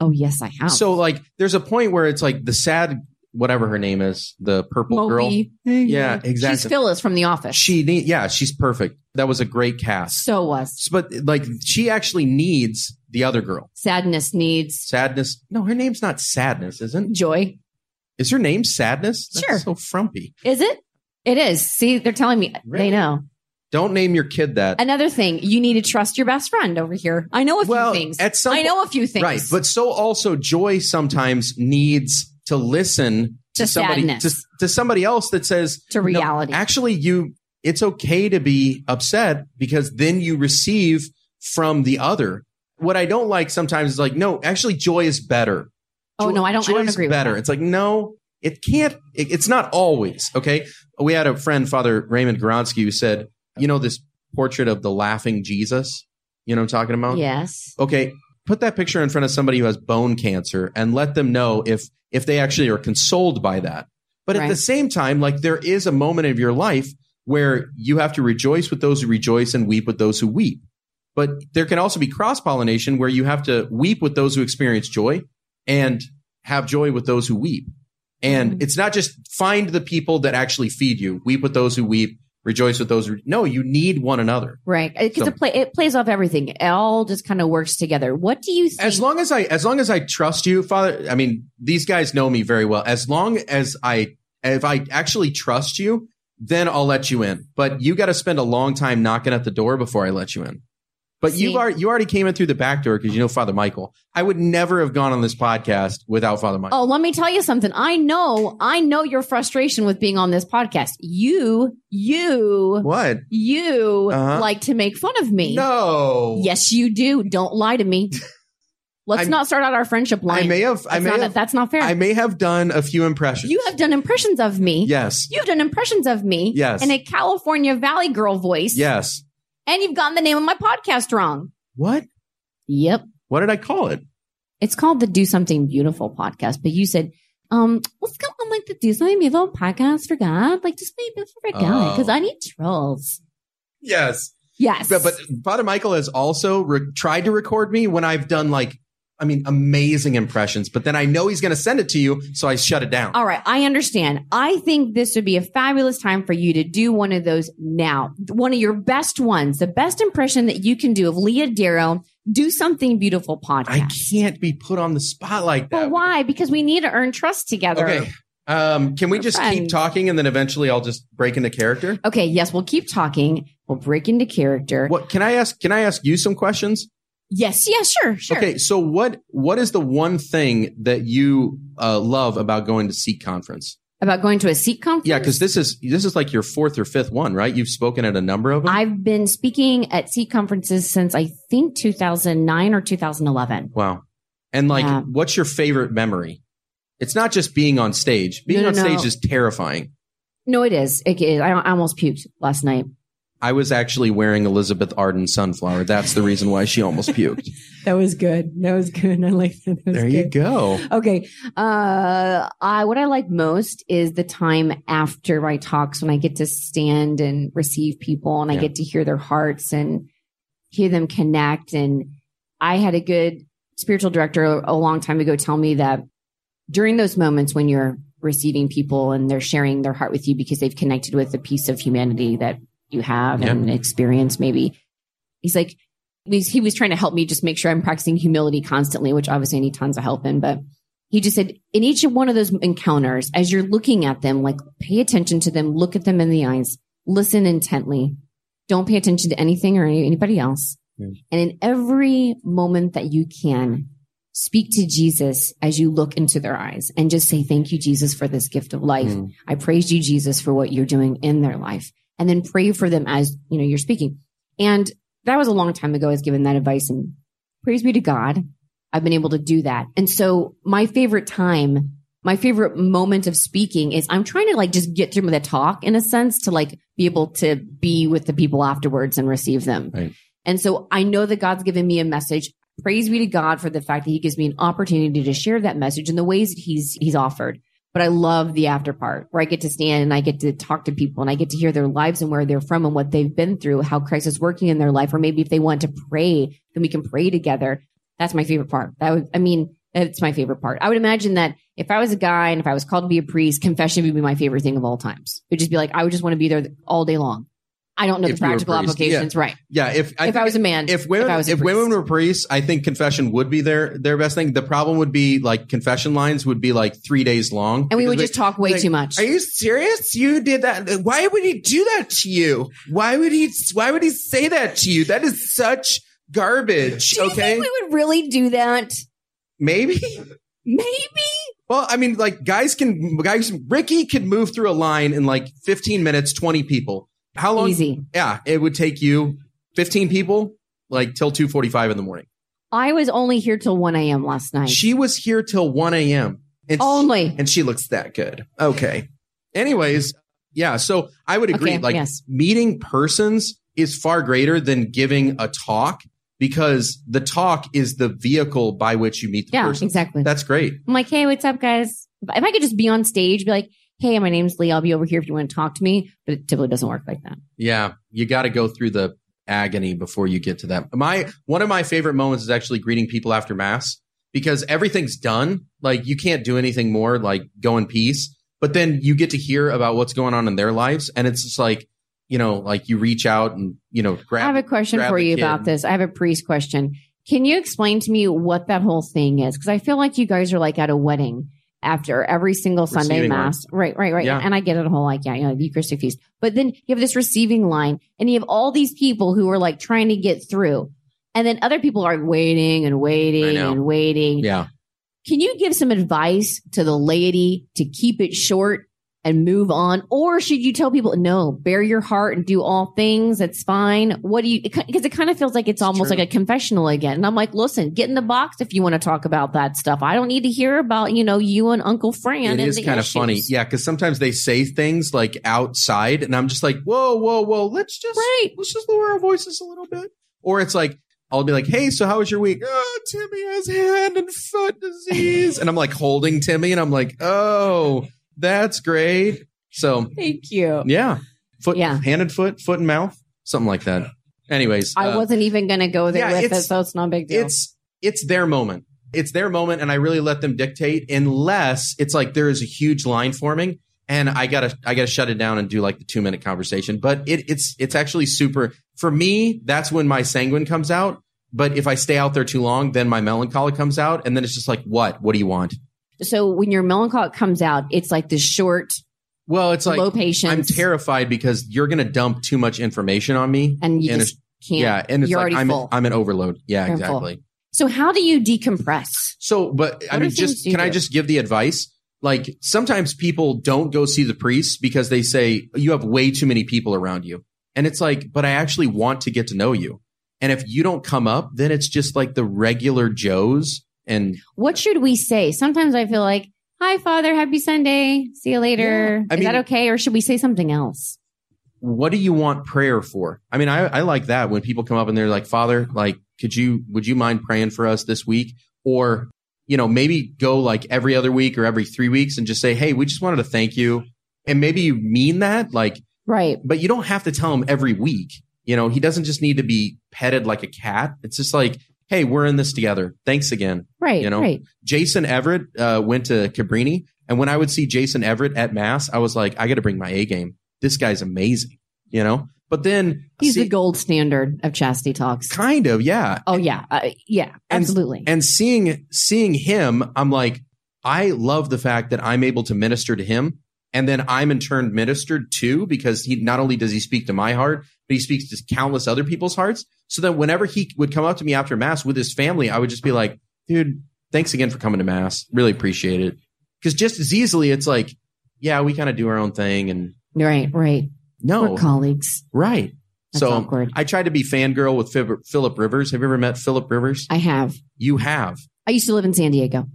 [SPEAKER 1] Oh, yes, I have.
[SPEAKER 3] So like, there's a point where it's like the sad, whatever her name is, the purple girl.
[SPEAKER 1] Moby.
[SPEAKER 3] Yeah, exactly.
[SPEAKER 1] She's Phyllis from The Office.
[SPEAKER 3] She need, yeah, she's perfect. That was a great cast.
[SPEAKER 1] so was.
[SPEAKER 3] But like, she actually needs the other girl.
[SPEAKER 1] sadness needs
[SPEAKER 3] Sadness. No, her name's not Sadness, isn't?
[SPEAKER 1] joy.
[SPEAKER 3] Is her name Sadness? That's
[SPEAKER 1] Sure.
[SPEAKER 3] So frumpy.
[SPEAKER 1] Is it? It is. See, they're telling me
[SPEAKER 3] Really?
[SPEAKER 1] they know.
[SPEAKER 3] Don't name your kid that.
[SPEAKER 1] Another thing, you need to trust your best friend over here. I know a few
[SPEAKER 3] Well,
[SPEAKER 1] things.
[SPEAKER 3] at some
[SPEAKER 1] I know a few things.
[SPEAKER 3] Right. But so also joy sometimes needs to listen
[SPEAKER 1] To
[SPEAKER 3] somebody
[SPEAKER 1] sadness.
[SPEAKER 3] to, to somebody else that says
[SPEAKER 1] to
[SPEAKER 3] "No,
[SPEAKER 1] reality. Oh,
[SPEAKER 3] actually you it's okay to be upset because then you receive from the other what i don't like sometimes is like no actually joy is better
[SPEAKER 1] Oh,
[SPEAKER 3] Joy-
[SPEAKER 1] no, I don't- I
[SPEAKER 3] joy
[SPEAKER 1] don't
[SPEAKER 3] is
[SPEAKER 1] agree with
[SPEAKER 3] better
[SPEAKER 1] that.
[SPEAKER 3] it's like no it can't it- it's not always okay we had a friend father raymond Goronsky, who said you know this portrait of the laughing jesus you know what i'm talking about
[SPEAKER 1] yes.
[SPEAKER 3] okay put that picture in front of somebody who has bone cancer and let them know if if they actually are consoled by that but at
[SPEAKER 1] Right.
[SPEAKER 3] the same time like there is a moment of your life where you have to rejoice with those who rejoice and weep with those who weep but there can also be cross pollination where you have to weep with those who experience joy and have joy with those who weep and it's not just find the people that actually feed you weep with those who weep rejoice with those who no you need one another
[SPEAKER 1] Right. Because
[SPEAKER 3] So-
[SPEAKER 1] it, play, it plays off everything. It all just kind of works together. What do you think?
[SPEAKER 3] as long as I as long as I trust you, Father. I mean, these guys know me very well. As long as I if I actually trust you, then I'll let you in. But you got to spend a long time knocking at the door before I let you in. But you
[SPEAKER 1] See.
[SPEAKER 3] are you already came in through the back door because you know Father Michael. I would never have gone on this podcast without Father Michael.
[SPEAKER 1] Oh, let me tell you something. I know, I know your frustration with being on this podcast. You, you,
[SPEAKER 3] What?
[SPEAKER 1] you
[SPEAKER 3] Uh-huh.
[SPEAKER 1] like to make fun of Oh, me.
[SPEAKER 3] No.
[SPEAKER 1] Yes, you do. Don't lie to me. Let's
[SPEAKER 3] I'm-
[SPEAKER 1] not start out our friendship line.
[SPEAKER 3] I may have.
[SPEAKER 1] that's,
[SPEAKER 3] I may
[SPEAKER 1] not,
[SPEAKER 3] have.
[SPEAKER 1] that's not fair.
[SPEAKER 3] I may have done a few impressions.
[SPEAKER 1] you have done impressions of me.
[SPEAKER 3] Yes.
[SPEAKER 1] You've done impressions of me
[SPEAKER 3] Yes.
[SPEAKER 1] in a California Valley girl voice.
[SPEAKER 3] Yes.
[SPEAKER 1] And you've gotten the name of my podcast wrong.
[SPEAKER 3] What?
[SPEAKER 1] Yep.
[SPEAKER 3] What did I call it?
[SPEAKER 1] It's called the Do Something Beautiful podcast, but you said, um, let's go on like the Do Something Beautiful podcast for God. Like just maybe for God,
[SPEAKER 3] Oh.
[SPEAKER 1] because I need trolls.
[SPEAKER 3] Yes.
[SPEAKER 1] Yes.
[SPEAKER 3] But, but Father Michael has also re- tried to record me when I've done like, I mean, amazing impressions. But then I know he's going to send it to you, so I shut it down.
[SPEAKER 1] all right, I understand. I think this would be a fabulous time for you to do one of those now. One of your best ones, the best impression that you can do of Leah Darrow, do something beautiful podcast.
[SPEAKER 3] I can't be put on the spot like that.
[SPEAKER 1] But why? Because we need to earn trust together.
[SPEAKER 3] Okay. Um, can we just keep
[SPEAKER 1] friends.
[SPEAKER 3] talking and then eventually I'll just break into character?
[SPEAKER 1] Okay, yes, we'll keep talking. We'll break into character.
[SPEAKER 3] What can I ask? Can I ask you some questions?
[SPEAKER 1] Yes, yeah, sure, sure.
[SPEAKER 3] Okay. So what what is the one thing that you uh, love about going to Seek Conference?
[SPEAKER 1] About going to a seat conference.
[SPEAKER 3] Yeah, because this is this is like your fourth or fifth one, right? You've spoken at a number of them.
[SPEAKER 1] I've been speaking at seat conferences since I think 2009 or 2011.
[SPEAKER 3] Wow. And like,
[SPEAKER 1] Yeah.
[SPEAKER 3] what's your favorite memory? It's not just being on stage. Being
[SPEAKER 1] No,
[SPEAKER 3] on
[SPEAKER 1] no,
[SPEAKER 3] stage
[SPEAKER 1] no.
[SPEAKER 3] is terrifying.
[SPEAKER 1] No, it is. It is. I, I almost puked last night.
[SPEAKER 3] I was actually wearing Elizabeth Arden sunflower. That's the reason why she almost puked.
[SPEAKER 1] That was good. That was good. I like that.
[SPEAKER 3] there you go.
[SPEAKER 1] Okay. Uh, I, what I like most is the time after my talks when I get to stand and receive people and I
[SPEAKER 3] Yeah.
[SPEAKER 1] get to hear their hearts and hear them connect. And I had a good spiritual director a long time ago tell me that during those moments when you're receiving people and they're sharing their heart with you because they've connected with a piece of humanity that you have
[SPEAKER 3] Yeah.
[SPEAKER 1] and experience, maybe he's like, he's- he was trying to help me just make sure I'm practicing humility constantly, which obviously I need tons of help in, but he just said in each one of those encounters as you're looking at them like pay attention to them look at them in the eyes listen intently don't pay attention to anything or any- anybody else
[SPEAKER 3] Yeah.
[SPEAKER 1] and in every moment that you can speak to jesus as you look into their eyes and just say thank you jesus for this gift of life
[SPEAKER 3] Mm.
[SPEAKER 1] i praise you jesus for what you're doing in their life and then pray for them as you know you're speaking and that was a long time ago i was given that advice and praise be to god I've been able to do that. And so my favorite time, my favorite moment of speaking is I'm trying to like just get through with the talk in a sense to like be able to be with the people afterwards and receive them.
[SPEAKER 3] Right.
[SPEAKER 1] And so I know that God's given me a message. Praise be to God for the fact that he gives me an opportunity to share that message in the ways that he's he's offered. But I love the after part where I get to stand and I get to talk to people and I get to hear their lives and where they're from and what they've been through, how Christ is working in their life, or maybe if they want to pray, then we can pray together that's my favorite part. That would, I mean, it's my favorite part. I would imagine that if I was a guy and if I was called to be a priest, confession would be my favorite thing of all times. It would just be like, I would just want to be there all day long. I don't know
[SPEAKER 3] If
[SPEAKER 1] the
[SPEAKER 3] you were a
[SPEAKER 1] practical
[SPEAKER 3] priest,
[SPEAKER 1] applications, right?
[SPEAKER 3] Yeah. If I,
[SPEAKER 1] if I was a man,
[SPEAKER 3] if women,
[SPEAKER 1] I was
[SPEAKER 3] if,
[SPEAKER 1] a priest.
[SPEAKER 3] women were priests, I think confession would be their their best thing. The problem would be like confession lines would be like three days long,
[SPEAKER 1] and we would
[SPEAKER 3] Because
[SPEAKER 1] just talk way
[SPEAKER 3] like,
[SPEAKER 1] too much.
[SPEAKER 3] Are you serious? You did that. Why would he do that to you? Why would he? Why would he say that to you? That is such garbage.
[SPEAKER 1] Do you
[SPEAKER 3] okay,
[SPEAKER 1] think we would really do that?
[SPEAKER 3] maybe.
[SPEAKER 1] Maybe.
[SPEAKER 3] Well, I mean, like guys can guys Ricky can move through a line in like 15 minutes, 20 people. How long?
[SPEAKER 1] Easy.
[SPEAKER 3] Yeah, it would take you 15 people like till 2:45 in the morning.
[SPEAKER 1] I was only here till 1 a.m. last night.
[SPEAKER 3] She was here till 1 a.m. And she-
[SPEAKER 1] only.
[SPEAKER 3] and she looks that good. Okay. Anyways, yeah. So I would agree.
[SPEAKER 1] Okay,
[SPEAKER 3] like
[SPEAKER 1] yes.
[SPEAKER 3] meeting persons is far greater than giving a talk because the talk is the vehicle by which you meet the
[SPEAKER 1] Yeah,
[SPEAKER 3] person.
[SPEAKER 1] exactly.
[SPEAKER 3] That's great.
[SPEAKER 1] I'm like, hey, what's up, guys? If I could just be on stage, be like, hey, my name's Lee. I'll be over here if you want to talk to me. But it typically doesn't work like that.
[SPEAKER 3] Yeah, you got to go through the agony before you get to that. My one of my favorite moments is actually greeting people after mass because everything's done. Like you can't do anything more. Like go in peace. But then you get to hear about what's going on in their lives, and it's just like you know, like you reach out and you know grab.
[SPEAKER 1] I have a question
[SPEAKER 3] grab
[SPEAKER 1] for
[SPEAKER 3] the
[SPEAKER 1] you
[SPEAKER 3] kid.
[SPEAKER 1] about this. I have a priest question. Can you explain to me what that whole thing is? Because I feel like you guys are like at a wedding after every single Sunday
[SPEAKER 3] Receiving line.
[SPEAKER 1] mass. Right, right, right.
[SPEAKER 3] Yeah.
[SPEAKER 1] And I get it a whole like, yeah, you know, the Eucharistic feast. But then you have this receiving line and you have all these people who are like trying to get through. And then other people are waiting and waiting
[SPEAKER 3] know.
[SPEAKER 1] and waiting.
[SPEAKER 3] yeah,
[SPEAKER 1] Can you give some advice to the laity to keep it short and move on? Or should you tell people, no, bare your heart and do all things? It's fine. What do you, because it kind of feels like it's, almost
[SPEAKER 3] true.
[SPEAKER 1] like a confessional again. And I'm like, listen, get in the box if you want to talk about that stuff. I don't need to hear about, you know, you and Uncle Fran.
[SPEAKER 3] it
[SPEAKER 1] and
[SPEAKER 3] is
[SPEAKER 1] the
[SPEAKER 3] kind of
[SPEAKER 1] issues.
[SPEAKER 3] funny. Yeah, because sometimes they say things like outside, and I'm just like, whoa, whoa, whoa. Let's just
[SPEAKER 1] Right.
[SPEAKER 3] let's just lower our voices a little bit. Or it's like, I'll be like, hey, so how was your week? Oh, Timmy has hand and foot disease. And I'm like holding Timmy and I'm like, oh, that's great. So,
[SPEAKER 1] Thank you.
[SPEAKER 3] yeah. Foot,
[SPEAKER 1] Yeah.
[SPEAKER 3] hand and foot, foot and mouth, something like that. Anyways,
[SPEAKER 1] I
[SPEAKER 3] uh,
[SPEAKER 1] wasn't even going to go there
[SPEAKER 3] yeah,
[SPEAKER 1] with it,
[SPEAKER 3] it's-
[SPEAKER 1] so it's not a big deal.
[SPEAKER 3] it's it's their moment. It's their moment, and I really let them dictate. Unless it's like there is a huge line forming, and I gotta I gotta shut it down and do like the two minute conversation. But it, it's it's actually super for me. That's when my sanguine comes out. But if I stay out there too long, then my melancholy comes out, and then it's just like, what? What do you want?
[SPEAKER 1] so when your melancholic comes out, it's like this short,
[SPEAKER 3] Well, it's like
[SPEAKER 1] low patience.
[SPEAKER 3] I'm terrified because you're gonna dump too much information on me.
[SPEAKER 1] And you
[SPEAKER 3] and
[SPEAKER 1] just can't.
[SPEAKER 3] yeah, and it's
[SPEAKER 1] you're
[SPEAKER 3] like
[SPEAKER 1] already
[SPEAKER 3] I'm
[SPEAKER 1] full.
[SPEAKER 3] I'm an overload. Yeah,
[SPEAKER 1] You're full.
[SPEAKER 3] exactly.
[SPEAKER 1] So how do you decompress?
[SPEAKER 3] So, but I
[SPEAKER 1] What
[SPEAKER 3] mean,
[SPEAKER 1] are things
[SPEAKER 3] just
[SPEAKER 1] you
[SPEAKER 3] can I
[SPEAKER 1] do?
[SPEAKER 3] just give the advice? Like sometimes people don't go see the priest because they say you have way too many people around you, and it's like, but I actually want to get to know you, and if you don't come up, then it's just like the regular Joes, and
[SPEAKER 1] What should we say? Sometimes I feel like, "Hi, Father, happy Sunday. See you later."
[SPEAKER 3] I
[SPEAKER 1] Is that
[SPEAKER 3] mean-
[SPEAKER 1] okay, or should we say something else?
[SPEAKER 3] what do you want prayer for? I mean, I, I like that when people come up and they're like, Father, like, could you, would you mind praying for us this week? Or, you know, maybe go like every other week or every three weeks and just say, Hey, we just wanted to thank you. And maybe you mean that, like,
[SPEAKER 1] Right.
[SPEAKER 3] but you don't have to tell him every week. You know, he doesn't just need to be petted like a cat. It's just like, Hey, we're in this together. Thanks again.
[SPEAKER 1] Right.
[SPEAKER 3] You know?
[SPEAKER 1] Right.
[SPEAKER 3] Jason Everett uh, went to Cabrini. And when I would see Jason Everett at Mass, I was like, I got to bring my A game. This guy's amazing, you know? But then,
[SPEAKER 1] He's
[SPEAKER 3] see-
[SPEAKER 1] the gold standard of chastity talks.
[SPEAKER 3] kind of, yeah.
[SPEAKER 1] Oh yeah, uh, yeah,
[SPEAKER 3] And-
[SPEAKER 1] absolutely.
[SPEAKER 3] And seeing seeing him, I'm like, I love the fact that I'm able to minister to him. And then I'm in turn ministered to because he not only does he speak to my heart, but he speaks to countless other people's hearts. So that whenever he would come up to me after mass with his family, I would just be like, dude, thanks again for coming to mass. Really appreciate it. Cause just as easily, it's like, yeah, we kind of do our own thing and
[SPEAKER 1] right. Right. We're
[SPEAKER 3] no,
[SPEAKER 1] colleagues.
[SPEAKER 3] right.
[SPEAKER 1] That's
[SPEAKER 3] so
[SPEAKER 1] awkward.
[SPEAKER 3] I tried to be fangirl with Phib- Philip Rivers. Have you ever met Philip Rivers?
[SPEAKER 1] I have.
[SPEAKER 3] You have.
[SPEAKER 1] I used to live in San Diego.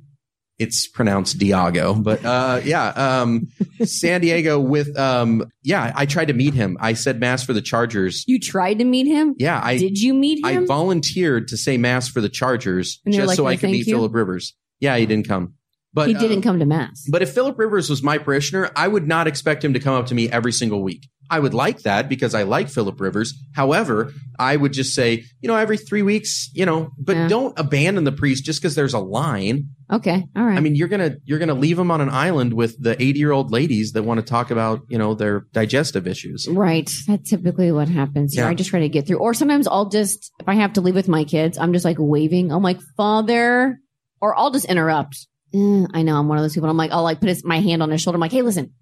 [SPEAKER 3] it's pronounced Diago, but uh, yeah, um, San Diego with um, yeah. I tried to meet him. I said mass for the Chargers.
[SPEAKER 1] You tried to meet him.
[SPEAKER 3] Yeah, I
[SPEAKER 1] Did you meet
[SPEAKER 3] I
[SPEAKER 1] him?
[SPEAKER 3] volunteered to say mass for the Chargers
[SPEAKER 1] And they were
[SPEAKER 3] just
[SPEAKER 1] like,
[SPEAKER 3] so
[SPEAKER 1] "No,
[SPEAKER 3] I could
[SPEAKER 1] thank
[SPEAKER 3] meet
[SPEAKER 1] you."
[SPEAKER 3] Philip Rivers. Yeah, he didn't come, but
[SPEAKER 1] he didn't
[SPEAKER 3] um,
[SPEAKER 1] come to mass.
[SPEAKER 3] But if Philip Rivers was my parishioner, I would not expect him to come up to me every single week. I would like that because I like Philip Rivers. However, I would just say, you know, every three weeks, you know, but
[SPEAKER 1] Yeah.
[SPEAKER 3] don't abandon the priest just because there's a line.
[SPEAKER 1] okay. All right.
[SPEAKER 3] I mean, you're gonna you're gonna leave them on an island with the 80 year old ladies that want to talk about you know their digestive issues.
[SPEAKER 1] Right. That's typically what happens here.
[SPEAKER 3] Yeah.
[SPEAKER 1] I just try to get through. Or sometimes I'll just, if I have to leave with my kids, I'm just like waving. I'm like, Father, or I'll just interrupt. Eh, I know I'm one of those people. I'm like, I'll like put his, my hand on his shoulder. I'm like, hey, listen,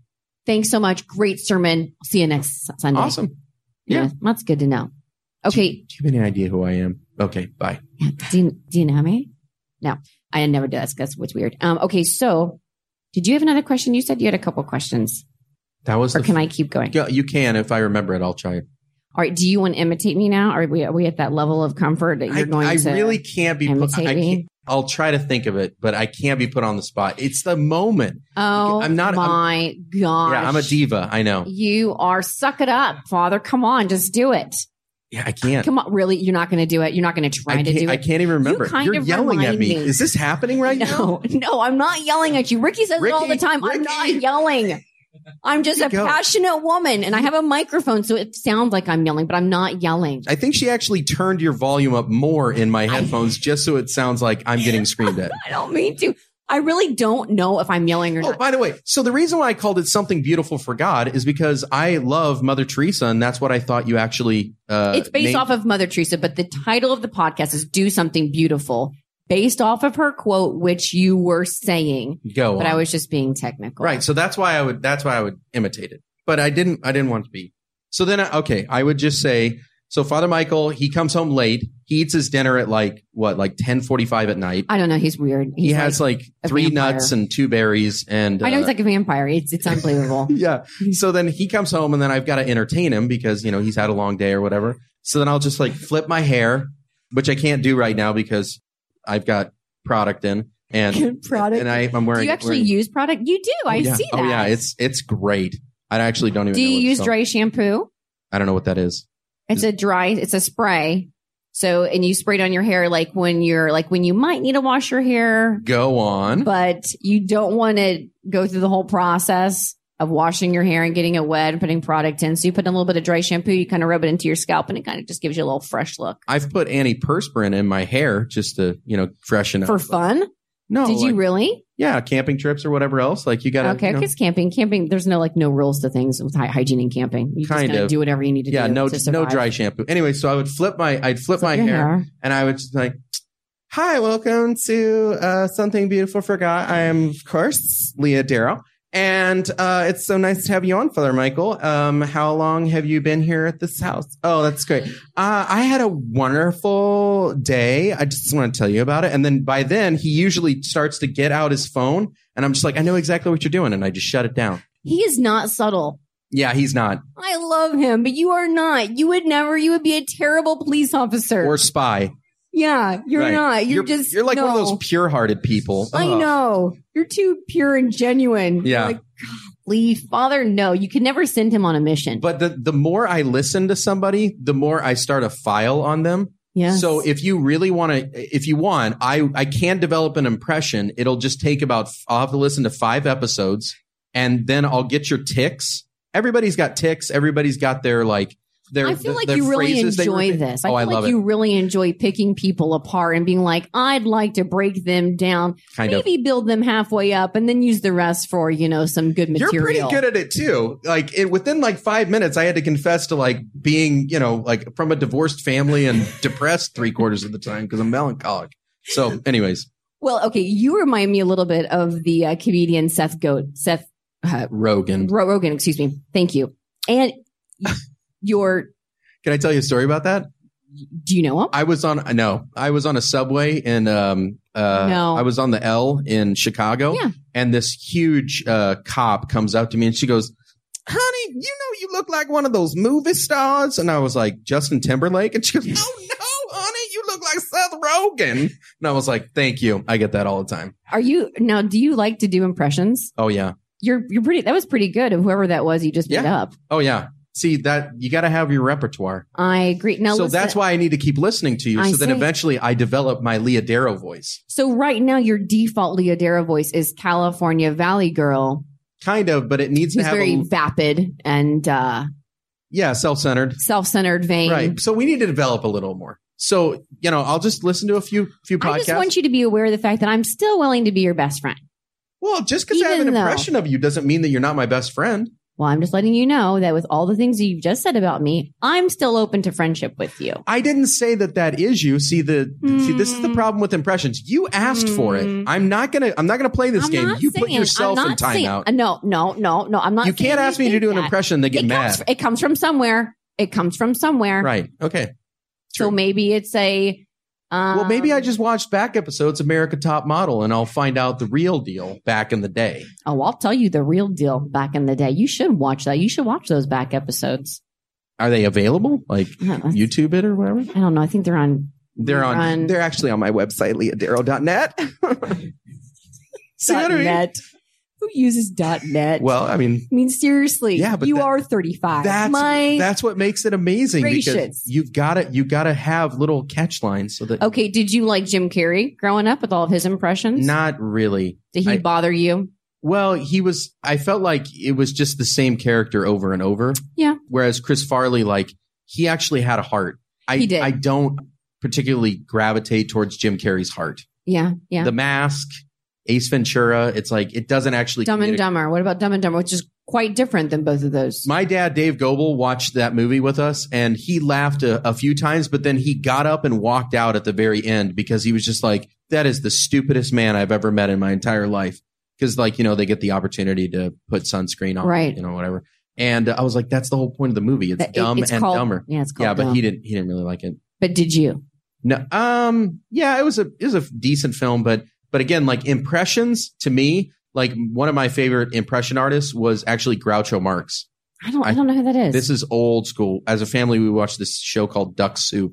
[SPEAKER 1] thanks so much. Great sermon. I'll see you next Sunday.
[SPEAKER 3] Awesome.
[SPEAKER 1] Yeah.
[SPEAKER 3] yeah.
[SPEAKER 1] That's good to know. Okay.
[SPEAKER 3] Do you have any idea who I am? Okay, bye.
[SPEAKER 1] Do you, do you know me? No, I never do. That's, that's what's weird. Um, okay. So Did you have another question? You said you had a couple questions,
[SPEAKER 3] That was
[SPEAKER 1] or
[SPEAKER 3] the
[SPEAKER 1] can I keep going?
[SPEAKER 3] Yeah, you can if I remember it. I'll try it.
[SPEAKER 1] All right. Do you want to imitate me now? Are we are we at that level of comfort that you're
[SPEAKER 3] I,
[SPEAKER 1] going
[SPEAKER 3] I
[SPEAKER 1] to?
[SPEAKER 3] really can't be. Put,
[SPEAKER 1] imitate
[SPEAKER 3] I
[SPEAKER 1] me?
[SPEAKER 3] can't, I'll try to think of it, but I can't be put on the spot. It's the moment.
[SPEAKER 1] oh,
[SPEAKER 3] I'm not- I'm-
[SPEAKER 1] My gosh.
[SPEAKER 3] Yeah, I'm a diva. I know.
[SPEAKER 1] You are suck it up, Father. Come on, just do it.
[SPEAKER 3] Yeah, I can't.
[SPEAKER 1] Come on, really? You're not going to do it. You're not going to try to
[SPEAKER 3] I can't,
[SPEAKER 1] do
[SPEAKER 3] I
[SPEAKER 1] it.
[SPEAKER 3] can't even remember.
[SPEAKER 1] kind
[SPEAKER 3] You are
[SPEAKER 1] of
[SPEAKER 3] yelling at
[SPEAKER 1] remind
[SPEAKER 3] me.
[SPEAKER 1] me.
[SPEAKER 3] Is this happening right now?
[SPEAKER 1] no, no, I'm not yelling at you. Ricky says it all the
[SPEAKER 3] Ricky,
[SPEAKER 1] time. I'm
[SPEAKER 3] Ricky.
[SPEAKER 1] not yelling. I'm just
[SPEAKER 3] you
[SPEAKER 1] a
[SPEAKER 3] go.
[SPEAKER 1] passionate woman, and I have a microphone, so it sounds like I'm yelling, but I'm not yelling.
[SPEAKER 3] I think she actually turned your volume up more in my headphones just so it sounds like I'm getting screamed at.
[SPEAKER 1] I don't mean to. I really don't know if I'm yelling or
[SPEAKER 3] Oh,
[SPEAKER 1] not.
[SPEAKER 3] by the way, so the reason why I called it something beautiful for God is because I love Mother Teresa, and that's what I thought you actually. Uh,
[SPEAKER 1] it's based
[SPEAKER 3] named-
[SPEAKER 1] off of Mother Teresa, but the title of the podcast is "Do Something Beautiful," based off of her quote, which you were saying,
[SPEAKER 3] Go,
[SPEAKER 1] but I
[SPEAKER 3] on.
[SPEAKER 1] was just being technical.
[SPEAKER 3] right. So that's why I would. That's why I would imitate it, but I didn't. I didn't want to be. So then, I, okay, I would just say. So Father Michael, he comes home late. He eats his dinner at like what, like ten forty-five at night.
[SPEAKER 1] I don't know. He's weird.
[SPEAKER 3] he
[SPEAKER 1] He's
[SPEAKER 3] has like,
[SPEAKER 1] a
[SPEAKER 3] three
[SPEAKER 1] vampire.
[SPEAKER 3] nuts and two berries, and
[SPEAKER 1] I know
[SPEAKER 3] uh,
[SPEAKER 1] he's like a vampire. It's it's unbelievable.
[SPEAKER 3] yeah. So then he comes home, and then I've got to entertain him because you know he's had a long day or whatever. So then I'll just like flip my hair, which I can't do right now because I've got product in and
[SPEAKER 1] Good product.
[SPEAKER 3] and I, I'm wearing.
[SPEAKER 1] do you actually
[SPEAKER 3] wearing-
[SPEAKER 1] use product? You do. I
[SPEAKER 3] yeah.
[SPEAKER 1] see that.
[SPEAKER 3] Oh yeah, it's it's great. I actually don't even.
[SPEAKER 1] do
[SPEAKER 3] know what
[SPEAKER 1] you
[SPEAKER 3] it's
[SPEAKER 1] use
[SPEAKER 3] called.
[SPEAKER 1] dry shampoo?
[SPEAKER 3] I don't know what that is.
[SPEAKER 1] It's a dry. It's a spray. So and you spray it on your hair like when you're like when you might need to wash your hair,
[SPEAKER 3] Go on.
[SPEAKER 1] but you don't want to go through the whole process of washing your hair and getting it wet and putting product in. So you put in a little bit of dry shampoo, you kind of rub it into your scalp and it kind of just gives you a little fresh look.
[SPEAKER 3] I've put antiperspirant in my hair just to you know freshen up.
[SPEAKER 1] For fun?
[SPEAKER 3] no,
[SPEAKER 1] Did you
[SPEAKER 3] Oh, like,
[SPEAKER 1] really?
[SPEAKER 3] yeah, camping trips or whatever else. Like you got to.
[SPEAKER 1] okay, because camping, camping, there's no like no rules to things with hy- hygiene and camping. You
[SPEAKER 3] Kind
[SPEAKER 1] just kind
[SPEAKER 3] of.
[SPEAKER 1] of do whatever you need to
[SPEAKER 3] yeah,
[SPEAKER 1] do.
[SPEAKER 3] no,
[SPEAKER 1] to
[SPEAKER 3] no
[SPEAKER 1] survive.
[SPEAKER 3] dry shampoo. Anyway, so I would flip my, I'd flip
[SPEAKER 1] Flip
[SPEAKER 3] my
[SPEAKER 1] your
[SPEAKER 3] hair, and I would just like, "Hi, welcome to uh, something beautiful for God." I am, of course, Leah Darrow, and uh, it's so nice to have you on, Father Michael. Um, how long have you been here at this house? Oh, that's great. Uh, I had a wonderful day. I just want to tell you about it. And then by then, he usually starts to get out his phone, and I'm just like, "I know exactly what you're doing," and I just shut it down.
[SPEAKER 1] He is not subtle.
[SPEAKER 3] Yeah, he's not
[SPEAKER 1] I love him, but you are not. You would never. You would be a terrible police officer.
[SPEAKER 3] or spy.
[SPEAKER 1] yeah, you're
[SPEAKER 3] Right.
[SPEAKER 1] not. You're, just.
[SPEAKER 3] you're like one of
[SPEAKER 1] no.
[SPEAKER 3] those pure-hearted people.
[SPEAKER 1] I
[SPEAKER 3] Ugh.
[SPEAKER 1] know. You're too pure and genuine.
[SPEAKER 3] Yeah.
[SPEAKER 1] You're Like, golly, father, no. You can never send him on a mission.
[SPEAKER 3] But the the more I listen to somebody, the more I start a file on them.
[SPEAKER 1] yeah.
[SPEAKER 3] So if you really want to, if you want, I I can develop an impression. It'll just take about. I'll have to listen to five episodes, and then I'll get your ticks. Everybody's got ticks. Everybody's got their like. Their,
[SPEAKER 1] I feel like
[SPEAKER 3] their
[SPEAKER 1] you really
[SPEAKER 3] phrases they
[SPEAKER 1] enjoy
[SPEAKER 3] repeat.
[SPEAKER 1] this. I
[SPEAKER 3] Oh,
[SPEAKER 1] feel
[SPEAKER 3] I, love
[SPEAKER 1] like you really enjoy picking people apart and being like, I'd like to break them down,
[SPEAKER 3] it. Kind of.
[SPEAKER 1] maybe build them halfway up, and then use the rest for you know some good material.
[SPEAKER 3] You're pretty good at it too. Like it, within like five minutes, I had to confess to like being, you know, like from a divorced family and depressed three quarters of the time because I'm melancholic. So, anyways,
[SPEAKER 1] Well, okay, you remind me a little bit of the uh, comedian Seth Goat, Seth uh,
[SPEAKER 3] Rogan.
[SPEAKER 1] Ro- Rogan, excuse me. Thank you. And y- your,
[SPEAKER 3] Can I tell you a story about that?
[SPEAKER 1] do you know him?
[SPEAKER 3] I was on no, I was on a subway in um uh
[SPEAKER 1] No.
[SPEAKER 3] I was on the L in Chicago
[SPEAKER 1] Yeah.
[SPEAKER 3] and this huge uh cop comes up to me and she goes, "Honey, you know you look like one of those movie stars." And I was like, "Justin Timberlake?" And she goes, "Oh no, honey, you look like Seth Rogen." And I was like, "Thank you. I get that all the time."
[SPEAKER 1] Are you now? Do you like to do impressions?
[SPEAKER 3] Oh yeah.
[SPEAKER 1] You're you're pretty. That was pretty good of whoever that was. You just made
[SPEAKER 3] Yeah.
[SPEAKER 1] up.
[SPEAKER 3] Oh yeah. See that you got to have your repertoire.
[SPEAKER 1] I agree. Now,
[SPEAKER 3] so
[SPEAKER 1] listen-
[SPEAKER 3] that's why I need to keep listening to you.
[SPEAKER 1] I
[SPEAKER 3] so then
[SPEAKER 1] see.
[SPEAKER 3] eventually I develop my Leah Darrow voice.
[SPEAKER 1] So right now, your default Leodera voice is California Valley Girl,
[SPEAKER 3] Kind of, but it needs
[SPEAKER 1] who's
[SPEAKER 3] to have a-
[SPEAKER 1] very vapid and uh,
[SPEAKER 3] yeah, self-centered.
[SPEAKER 1] self-centered, vain.
[SPEAKER 3] Right. So we need to develop a little more. So, you know, I'll just listen to a few few podcasts.
[SPEAKER 1] I just want you to be aware of the fact that I'm still willing to be your best friend.
[SPEAKER 3] well, just because I have an
[SPEAKER 1] Even though-
[SPEAKER 3] impression of you doesn't mean that you're not my best friend.
[SPEAKER 1] Well, I'm just letting you know that with all the things that you've just said about me, I'm still open to friendship with you.
[SPEAKER 3] I didn't say that that is you. See the see this is the
[SPEAKER 1] Hmm.
[SPEAKER 3] problem with impressions. You asked for
[SPEAKER 1] Hmm.
[SPEAKER 3] it. I'm not going to I'm not going to play this
[SPEAKER 1] I'm
[SPEAKER 3] game.
[SPEAKER 1] not
[SPEAKER 3] You put
[SPEAKER 1] saying-
[SPEAKER 3] yourself
[SPEAKER 1] I'm
[SPEAKER 3] in
[SPEAKER 1] not saying-
[SPEAKER 3] timeout.
[SPEAKER 1] uh, No, no, no, no. I'm not.
[SPEAKER 3] You
[SPEAKER 1] saying
[SPEAKER 3] can't ask me to
[SPEAKER 1] think
[SPEAKER 3] do an
[SPEAKER 1] that.
[SPEAKER 3] impression they get
[SPEAKER 1] it
[SPEAKER 3] mad.
[SPEAKER 1] Comes, it comes from somewhere. It comes from somewhere.
[SPEAKER 3] right. Okay.
[SPEAKER 1] So
[SPEAKER 3] True.
[SPEAKER 1] maybe it's a uh, Um,
[SPEAKER 3] Well, maybe I just watched back episodes of America Top Model and I'll find out the real deal back in the day.
[SPEAKER 1] Oh, I'll tell you the real deal. Back in the day, you should watch that. You should watch those back episodes.
[SPEAKER 3] Are they available? Like
[SPEAKER 1] I
[SPEAKER 3] YouTube it or whatever?
[SPEAKER 1] don't know. I think they're on.
[SPEAKER 3] They're on.
[SPEAKER 1] Run.
[SPEAKER 5] They're actually on my website, leahdarrow.net. See what I mean?
[SPEAKER 1] .net. Who uses .net?
[SPEAKER 3] Well, I mean,
[SPEAKER 1] I mean, seriously,
[SPEAKER 3] Yeah, but
[SPEAKER 1] you
[SPEAKER 3] that-
[SPEAKER 1] are 35.
[SPEAKER 3] that's
[SPEAKER 1] My,
[SPEAKER 3] that's what makes it amazing because
[SPEAKER 1] gracious. Oh,
[SPEAKER 3] you've got to you got to have little catch lines so that
[SPEAKER 1] okay, did you like Jim Carrey growing up with all of his impressions?
[SPEAKER 3] not really.
[SPEAKER 1] Did he
[SPEAKER 3] I-
[SPEAKER 1] bother you?
[SPEAKER 3] Well, he was I felt like it was just the same character over and over.
[SPEAKER 1] Yeah.
[SPEAKER 3] Whereas Chris Farley like he actually had a heart. I
[SPEAKER 1] He did.
[SPEAKER 3] I don't particularly gravitate towards Jim Carrey's heart.
[SPEAKER 1] Yeah, yeah.
[SPEAKER 3] The Mask, Ace Ventura, it's like it doesn't actually
[SPEAKER 1] Dumb and
[SPEAKER 3] communicate-
[SPEAKER 1] Dumber. What about Dumb and Dumber, which is quite different than both of those?
[SPEAKER 3] My dad, Dave Goebel, watched that movie with us and he laughed a, a few times, but then he got up and walked out at the very end because he was just like, that is the stupidest man I've ever met in my entire life. Cause like, you know, they get the opportunity to put sunscreen on,
[SPEAKER 1] Right.
[SPEAKER 3] you know, whatever. And uh, I was like, that's the whole point of the movie. It's
[SPEAKER 1] That- it-
[SPEAKER 3] dumb
[SPEAKER 1] it's
[SPEAKER 3] and
[SPEAKER 1] called-
[SPEAKER 3] dumber.
[SPEAKER 1] Yeah, it's called
[SPEAKER 3] Yeah. But
[SPEAKER 1] dumb.
[SPEAKER 3] he didn't, he didn't really like it.
[SPEAKER 1] But did you?
[SPEAKER 3] No, um, yeah, it was a it was a decent film, but but again, like impressions to me, like one of my favorite impression artists was actually Groucho Marx.
[SPEAKER 1] I don't. I,
[SPEAKER 3] I-
[SPEAKER 1] don't know who that is.
[SPEAKER 3] This is old school. As a family, we watched this show called Duck Soup.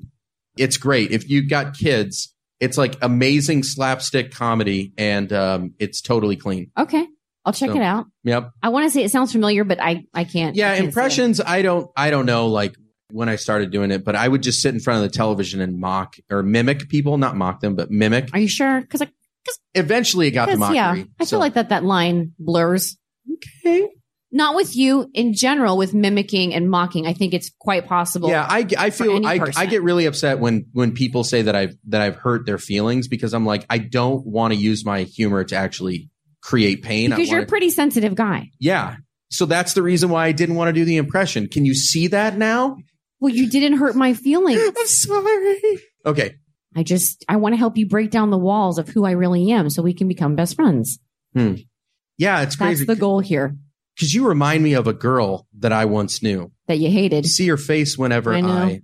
[SPEAKER 3] It's great if you got kids. It's like amazing slapstick comedy, and um, it's totally clean.
[SPEAKER 1] okay. I'll check
[SPEAKER 3] So-
[SPEAKER 1] it out.
[SPEAKER 3] Yep.
[SPEAKER 1] I want to say it sounds familiar, but I I can't. I
[SPEAKER 3] Yeah,
[SPEAKER 1] can't say it.
[SPEAKER 3] impressions. I don't. I don't know. Like when I started doing it, but I would just sit in front of the television and mock or mimic people, not mock them, but mimic.
[SPEAKER 1] Are you sure? Because I
[SPEAKER 3] Eventually, it got to
[SPEAKER 1] 'Cause,
[SPEAKER 3] mockery.
[SPEAKER 1] yeah, I
[SPEAKER 3] so-
[SPEAKER 1] feel like that that line blurs. Okay. Not with you in general, with mimicking and mocking. I think it's quite possible.
[SPEAKER 3] Yeah, I, I feel
[SPEAKER 1] any
[SPEAKER 3] I, I
[SPEAKER 1] person.
[SPEAKER 3] get really upset when when people say that I've that I've hurt their feelings because I'm like I don't want to use my humor to actually create pain. I
[SPEAKER 1] because you're a
[SPEAKER 3] wanna-
[SPEAKER 1] pretty sensitive guy.
[SPEAKER 3] yeah. So that's the reason why I didn't want to do the impression. Can you see that now?
[SPEAKER 1] Well, you didn't hurt my feelings.
[SPEAKER 3] I'm sorry. Okay.
[SPEAKER 1] I just I want to help you break down the walls of who I really am, so we can become best friends.
[SPEAKER 3] Yeah, it's crazy
[SPEAKER 1] That's the
[SPEAKER 3] because
[SPEAKER 1] goal here
[SPEAKER 3] you remind me of a girl that I once knew.
[SPEAKER 1] that you hated.
[SPEAKER 3] You see her face whenever
[SPEAKER 1] I
[SPEAKER 3] I,
[SPEAKER 1] know.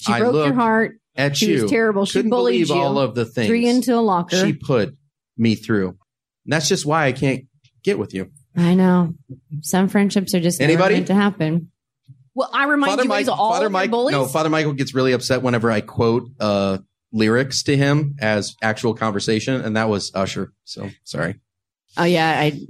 [SPEAKER 1] She
[SPEAKER 3] I
[SPEAKER 1] broke your
[SPEAKER 3] looked
[SPEAKER 1] heart.
[SPEAKER 3] at
[SPEAKER 1] She
[SPEAKER 3] you.
[SPEAKER 1] was terrible. She
[SPEAKER 3] Couldn't
[SPEAKER 1] bullied
[SPEAKER 3] believe
[SPEAKER 1] you.
[SPEAKER 3] all of the things
[SPEAKER 1] Threw you into a locker.
[SPEAKER 3] she put me through. And that's just why I can't get with you.
[SPEAKER 1] I know. Some friendships are just
[SPEAKER 3] Anybody?
[SPEAKER 1] never meant to happen. Well, I remind
[SPEAKER 3] Father
[SPEAKER 1] you
[SPEAKER 3] Mike-
[SPEAKER 1] guys all
[SPEAKER 3] Father
[SPEAKER 1] of your
[SPEAKER 3] Mike-
[SPEAKER 1] bullies.
[SPEAKER 3] No, Father Michael gets really upset whenever I quote uh, lyrics to him as actual conversation, and that was Usher. So sorry,
[SPEAKER 1] oh yeah, I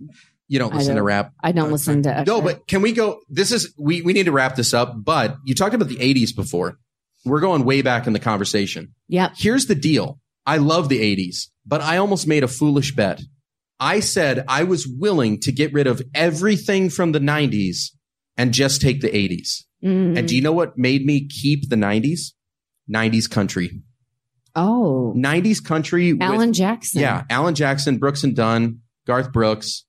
[SPEAKER 3] you don't
[SPEAKER 1] I
[SPEAKER 3] listen to
[SPEAKER 1] don't-
[SPEAKER 3] rap.
[SPEAKER 1] I don't
[SPEAKER 3] Uh,
[SPEAKER 1] listen to.
[SPEAKER 3] No,
[SPEAKER 1] Usher.
[SPEAKER 3] but can we go? This is we we need to wrap this up. But you talked about the '80s before. We're going way back in the conversation.
[SPEAKER 1] yep.
[SPEAKER 3] Here's the deal. I love the 80s, but I almost made a foolish bet. I said I was willing to get rid of everything from the 90s and just take the 80s.
[SPEAKER 1] Mm.
[SPEAKER 3] And do you know what made me keep the 90s? 90s country.
[SPEAKER 1] oh,
[SPEAKER 3] 90s country. with-
[SPEAKER 1] Alan Jackson.
[SPEAKER 3] yeah. Alan Jackson, Brooks and Dunn, Garth Brooks,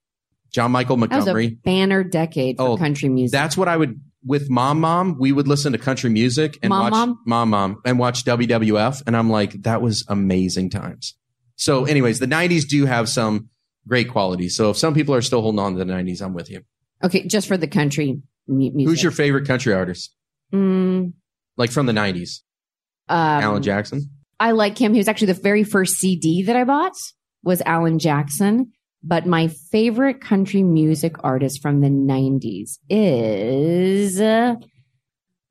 [SPEAKER 3] John Michael
[SPEAKER 1] that was a
[SPEAKER 3] Montgomery.
[SPEAKER 1] banner decade for
[SPEAKER 3] Oh,
[SPEAKER 1] country music.
[SPEAKER 3] That's what I would, with Mom Mom, we would listen to country music and
[SPEAKER 1] Mom
[SPEAKER 3] watch
[SPEAKER 1] Mom?
[SPEAKER 3] Mom Mom and watch WWF. And I'm like, that was amazing times. So, anyways, the 90s do have some great qualities. So, if some people are still holding on to the 90s, I'm with you.
[SPEAKER 1] okay, just for the country mu- music.
[SPEAKER 3] Who's your favorite country artist?
[SPEAKER 1] Mm,
[SPEAKER 3] Like from the 90s?
[SPEAKER 1] um,
[SPEAKER 3] Alan Jackson?
[SPEAKER 1] I like him. He was actually the very first CD that I bought was Alan Jackson. But my favorite country music artist from the '90s is uh,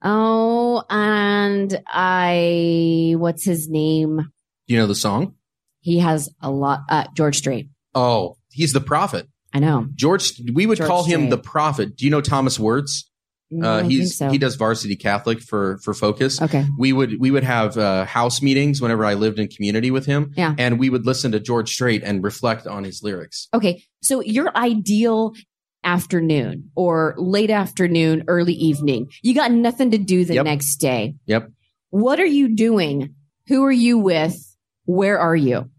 [SPEAKER 1] oh, and I what's his name?
[SPEAKER 3] Do you know the song?
[SPEAKER 1] He has a lot. Uh, George Strait.
[SPEAKER 3] Oh, he's the prophet.
[SPEAKER 1] I know.
[SPEAKER 3] George, we would
[SPEAKER 1] George
[SPEAKER 3] call him
[SPEAKER 1] Strait.
[SPEAKER 3] the prophet. Do you know Thomas Wirtz?
[SPEAKER 1] No, Mm, I
[SPEAKER 3] uh,
[SPEAKER 1] don't
[SPEAKER 3] he's
[SPEAKER 1] think so.
[SPEAKER 3] he does varsity Catholic for for Focus.
[SPEAKER 1] okay.
[SPEAKER 3] We would we would have uh, house meetings whenever I lived in community with him.
[SPEAKER 1] Yeah.
[SPEAKER 3] and we would listen to George Strait and reflect on his lyrics.
[SPEAKER 1] Okay. So your ideal afternoon or late afternoon, early evening, you got nothing to do the
[SPEAKER 3] Yep.
[SPEAKER 1] next day.
[SPEAKER 3] Yep.
[SPEAKER 1] What are you doing? Who are you with? Where are you?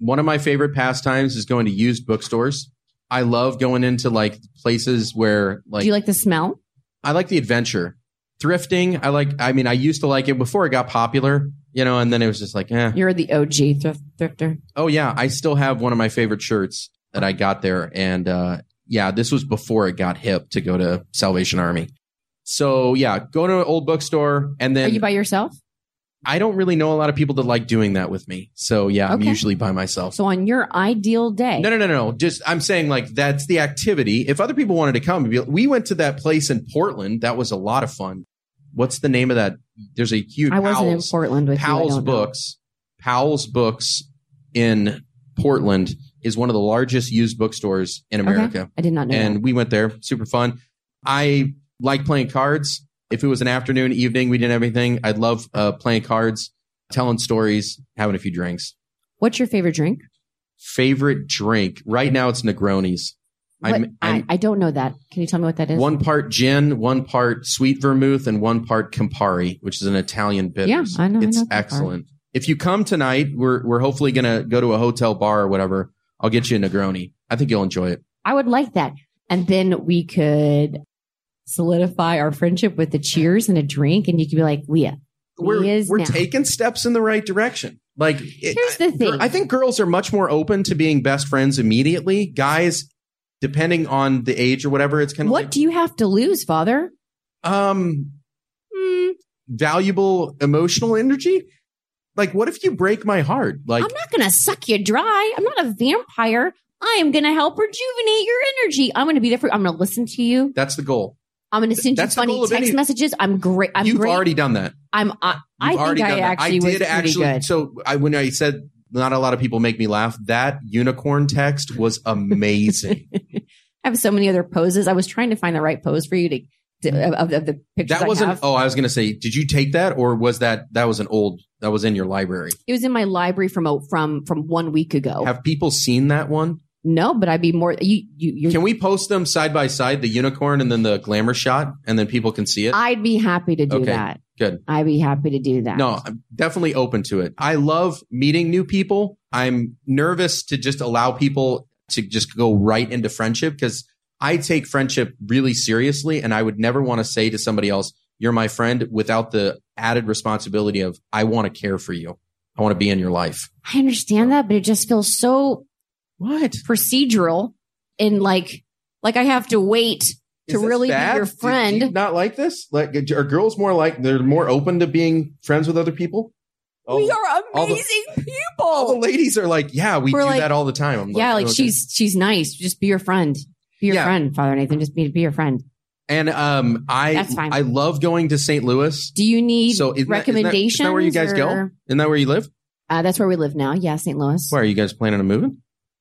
[SPEAKER 3] One of my favorite pastimes is going to used bookstores. I love going into like places where like,
[SPEAKER 1] do you like the smell?
[SPEAKER 3] I like the adventure, thrifting. I like. I mean, I used to like it before it got popular, you know, and then it was just like, eh.
[SPEAKER 1] You're the OG thrift, thrifter.
[SPEAKER 3] Oh yeah, I still have one of my favorite shirts that I got there, and uh, yeah, this was before it got hip to go to Salvation Army. So yeah, go to an old bookstore, and
[SPEAKER 1] Are
[SPEAKER 3] then
[SPEAKER 1] you by yourself?
[SPEAKER 3] I don't really know a lot of people that like doing that with me. So yeah, I'm
[SPEAKER 1] Okay.
[SPEAKER 3] usually by myself.
[SPEAKER 1] So on your ideal day,
[SPEAKER 3] No, no, no, no. Just I'm saying like that's the activity. If other people wanted to come, we went to that place in Portland. That was a lot of fun. What's the name of that? There's a huge
[SPEAKER 1] I wasn't
[SPEAKER 3] Powell's,
[SPEAKER 1] in Portland with you. I
[SPEAKER 3] Powell's
[SPEAKER 1] don't know.
[SPEAKER 3] Books. Powell's Books in Portland is one of the largest used bookstores in America
[SPEAKER 1] I did not know.
[SPEAKER 3] and we went there. Super fun. I like playing cards. If it was an afternoon, evening, we didn't have anything. I'd love uh, playing cards, telling stories, having a few drinks.
[SPEAKER 1] What's your favorite drink?
[SPEAKER 3] Favorite drink right now? It's Negronis.
[SPEAKER 1] What-
[SPEAKER 3] I'm,
[SPEAKER 1] I,
[SPEAKER 3] I'm
[SPEAKER 1] I don't know that. Can you tell me what that is?
[SPEAKER 3] one part gin, one part sweet vermouth, and one part Campari, which is an Italian bitters.
[SPEAKER 1] Yeah, I know- I
[SPEAKER 3] It's
[SPEAKER 1] know Campari.
[SPEAKER 3] excellent. If you come tonight, we're we're hopefully gonna go to a hotel bar or whatever. I'll get you a Negroni. I think you'll enjoy it.
[SPEAKER 1] I would like that. And then we could solidify our friendship with the cheers and a drink. And you could be like, Leah,
[SPEAKER 3] We're
[SPEAKER 1] is
[SPEAKER 3] we're
[SPEAKER 1] now.
[SPEAKER 3] taking steps in the right direction. Like it-
[SPEAKER 1] here's the
[SPEAKER 3] Gir-
[SPEAKER 1] thing.
[SPEAKER 3] I think girls are much more open to being best friends immediately. Guys, depending on the age or whatever, it's kind of
[SPEAKER 1] what
[SPEAKER 3] like,
[SPEAKER 1] do you have to lose, father? Hmm,
[SPEAKER 3] um valuable emotional energy. Like, what if you break my heart? Like,
[SPEAKER 1] I'm not going to suck you dry. I'm not a vampire. I am going to help rejuvenate your energy. I'm going to be there for I'm going to listen to you.
[SPEAKER 3] that's the goal.
[SPEAKER 1] I'm going to send
[SPEAKER 3] That's the
[SPEAKER 1] you funny
[SPEAKER 3] goal of
[SPEAKER 1] text
[SPEAKER 3] any-
[SPEAKER 1] messages. I'm great. I'm
[SPEAKER 3] You've
[SPEAKER 1] great.
[SPEAKER 3] already done that.
[SPEAKER 1] I'm, I, I
[SPEAKER 3] You've
[SPEAKER 1] think
[SPEAKER 3] already
[SPEAKER 1] I
[SPEAKER 3] done that.
[SPEAKER 1] actually was
[SPEAKER 3] did
[SPEAKER 1] pretty
[SPEAKER 3] actually.
[SPEAKER 1] good.
[SPEAKER 3] So I when I said not a lot of people make me laugh, that unicorn text was amazing.
[SPEAKER 1] I have so many other poses. I was trying to find the right pose for you to, to of, of the pictures.
[SPEAKER 3] that
[SPEAKER 1] I
[SPEAKER 3] wasn't.
[SPEAKER 1] have.
[SPEAKER 3] Oh, I was going to say, did you take that or was that that was an old that was in your library?
[SPEAKER 1] It was in my library from a, from from one week ago.
[SPEAKER 3] Have people seen that one?
[SPEAKER 1] no, but I'd be more. You you you.
[SPEAKER 3] Can we post them side by side, the unicorn and then the glamour shot, and then people can see it?
[SPEAKER 1] I'd be happy to do
[SPEAKER 3] Okay,
[SPEAKER 1] that.
[SPEAKER 3] good.
[SPEAKER 1] I'd be happy to do that.
[SPEAKER 3] no, I'm definitely open to it. I love meeting new people. I'm nervous to just allow people to just go right into friendship because I take friendship really seriously, and I would never want to say to somebody else, "You're my friend," without the added responsibility of, "I want to care for you. I want to be in your life."
[SPEAKER 1] I understand that, but it just feels so
[SPEAKER 3] What
[SPEAKER 1] procedural and like like I have to wait To
[SPEAKER 3] Is this
[SPEAKER 1] really be
[SPEAKER 3] bad?
[SPEAKER 1] your
[SPEAKER 3] Do- do
[SPEAKER 1] friend.
[SPEAKER 3] you not like this? Like, are girls more like they're more open to being friends with other people?
[SPEAKER 1] we are
[SPEAKER 3] all the-
[SPEAKER 1] amazing
[SPEAKER 3] all the
[SPEAKER 1] people.
[SPEAKER 3] ladies are like, yeah, we
[SPEAKER 1] We're
[SPEAKER 3] do
[SPEAKER 1] like-
[SPEAKER 3] that all the time. I'm "Oh,
[SPEAKER 1] yeah, like
[SPEAKER 3] okay.
[SPEAKER 1] she's she's nice. Just be your friend. Be your
[SPEAKER 3] Yeah.
[SPEAKER 1] friend, Father Nathan. Just be be your friend.
[SPEAKER 3] and um, I
[SPEAKER 1] That's fine.
[SPEAKER 3] I love going to St. Louis.
[SPEAKER 1] Do you need
[SPEAKER 3] So isn't that- isn't that-
[SPEAKER 1] recommendations?
[SPEAKER 3] isn't that where you guys go?
[SPEAKER 1] or-
[SPEAKER 3] Isn't that where you live?
[SPEAKER 1] Uh, that's where we live now. Yeah, St. Louis.
[SPEAKER 3] Where are you guys planning on moving?